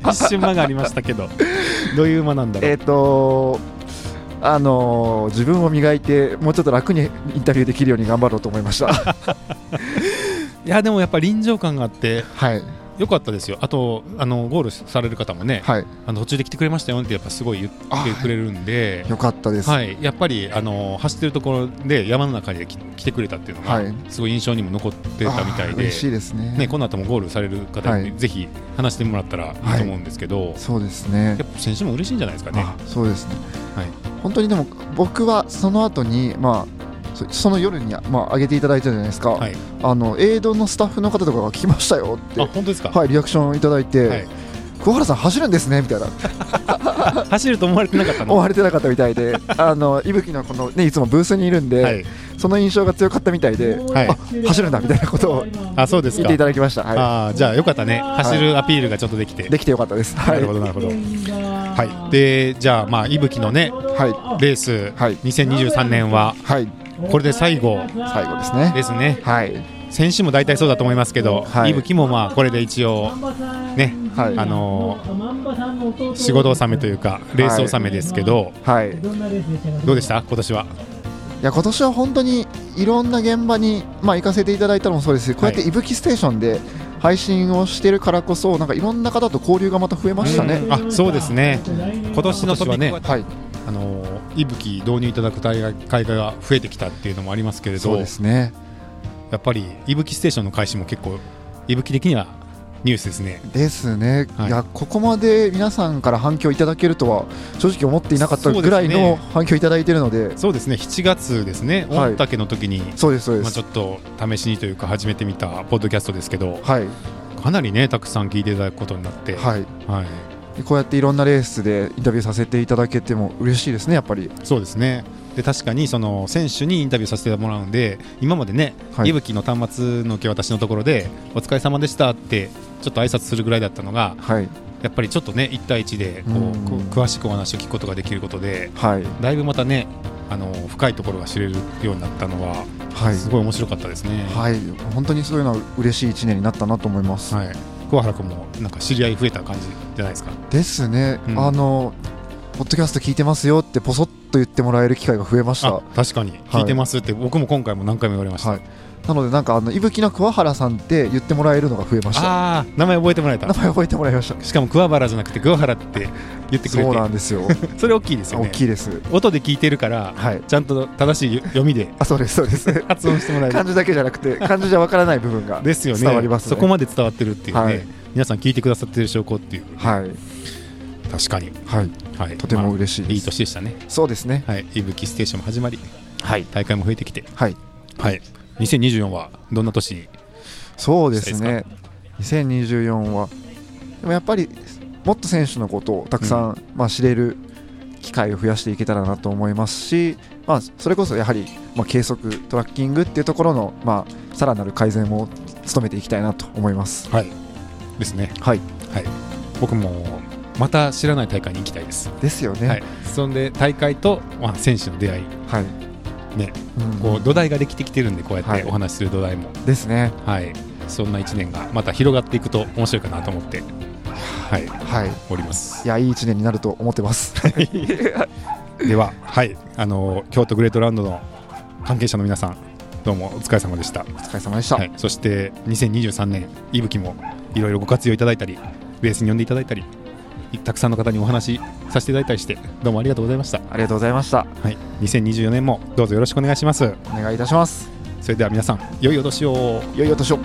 一瞬間がありましたけどどういう間なんだろう
えっとあの自分を磨いてもうちょっと楽にインタビューできるように頑張ろうと思いました
いやでもやっぱ臨場感があって
はい
よかったですよあとあのゴールされる方もね、
はい
あの途中で来てくれましたよってやっぱすごい言ってくれるんで、
よかったです、
はい、やっぱりあの走ってるところで山の中に来来てくれたっていうのが、
はい
すごい印象にも残ってたみた
あ
い
ー
で
嬉しいですね
ね、この後もゴールされる方に、
はい
ぜひ話してもらったらいいと思うんですけど、
そうですね
やっぱ選手も嬉しいんじゃないですかね。
あそうですね、
はい
本当にでも僕はその後にまあそその夜に、まあ、上げていただいたじゃないですか、
はい、
あのエイドのスタッフの方とかが来ましたよって
あ本当ですか、
はい、リアクションいただいて、
はい
桑原さん走るんですねみたいな
走ると思われてなかった
思
の
われてなかったみたい であの伊吹のこの、ね、いつもブースにいるんで、
はい、
その印象が強かったみたいで、
はい
あ走るんだみたいなことを
あそうです
言っ
か
ていただきました、は
あーじゃあよかったね走るアピールがちょっとできて、
い、できてよかったです、は
ないるほどなるほどはいでじゃあまあ伊吹のね
は
レース、
はい、
2023年はい
はい、
これで最後
最後ですね
ですね
はい、
先週も大体そうだと思いますけど、
はい
伊吹もまあこれで一応ね、
はい
あのー仕事納めというかレース納めですけど、
はい、い
どうでした今年は
や今年は本当にいろんな現場に、まあ、行かせていただいたのもそうですしこうやって
はい
伊吹ステーションで配信をしてるからこそなんかいろんな方と交流がまた増えましたね、
うんあそうですね今年のトピックはね、
はい
あの息吹導入いただく大会会が増えてきたっていうのもありますけれど
そうですね
やっぱり息吹ステーションの開始も結構息吹的にはニュースですね
ですね、
はい
い、やここまで皆さんから反響いただけるとは正直思っていなかったぐらい
そう
の
です
反響いただいてるので
そうですね7月ですね
はい
御嶽の時に、
そうですそうで
まあ、ち
す
ょっと試しにというか始めてみたポッドキャストですけど
はい
かなりねたくさん聞いていただくことになって、は
はい
い
でこうやっていろんなレースでインタビューさせていただけても嬉しいですねやっぱり
そうですねで確かにその選手にインタビューさせてもらうんで今までね、
はい
いぶきの端末の受け渡しのところでお疲れ様でしたってちょっと挨拶するぐらいだったのが
はい
やっぱりちょっとね1対1でこう
うん
こう詳しくお話を聞くことができることで
はい
だいぶまたねあの深いところが知れるようになったのは
はい
すごい面白かったですね。
はい本当にそういうのは嬉しい一年になったなと思います、
はい、桑原君もなんか知り合い増えた感じじゃないですか。
ですね、
うん
あのポッドキャスト聞いてますよってポソッと言ってもらえる機会が増えました
あ確かに聞いてますって、僕も今回も何回も言われました。
はいなのでなんかあのいぶきの桑原さんって言ってもらえるのが増えました
ああ名前覚えてもらえ
名
た。
前覚えてもらいました
しかも桑原じゃなくて桑原って言ってくれ
そうなん
て
ですよ
それ大きいですよ
大
ね。
きいです
音で聞いてるから、
はい
ちゃんと正しい読 みで
あそうですそうです
発音してもらえる
漢。字だけじゃなくて漢字じゃわからない部分が
ですよね
伝わりますね
そこまで伝わってるっていうね、
はい
皆さん聞いてくださってる証拠っていう、
はい
確かに、
はい
はい、
とても嬉しい
ま
です
あいい年でしたね、
そうですね
はい、いぶきステーションも始まり、
はい
大会も増えてきて、
はい
はい、2024はどんな年に
そうですね2024はでもやっぱりもっと選手のことをたくさん、まあ、知れる機会を増やしていけたらなと思いますし、まあ、それこそやはり、まあ、計測トラッキングっていうところの、まあ、さらなる改善を努めていきたいなと思います。
はい、ですね、
はい、
僕もまた知らない大会に行きたいです、
ですよね。
はい、そんで大会と、まあ、選手の出会い、
はい
ね
うん
こう土台ができてきてるんで、こうやっ
は
て
い
お話しする土台も、
ですね。
はい、そんな1年がまた広がっていくと面白いかなと思って、はい、
はい、
おります
い。やいい1年になると思ってます。
では、はい、あの京都グレートラウンドの関係者の皆さん、どうもお疲れ様でした。
お疲れ様でした。
はい、そして2023年、いぶきもいろいろご活用いただいたり、ベースに呼んでいただいたり、たくさんの方にお話しさせていただいたりして、どうもありがとうございました。
ありがとうございました。
はい、2024年もどうぞよろしくお願いします。
お願いいたします。
それでは皆さん、良いお年を。
良いお年を。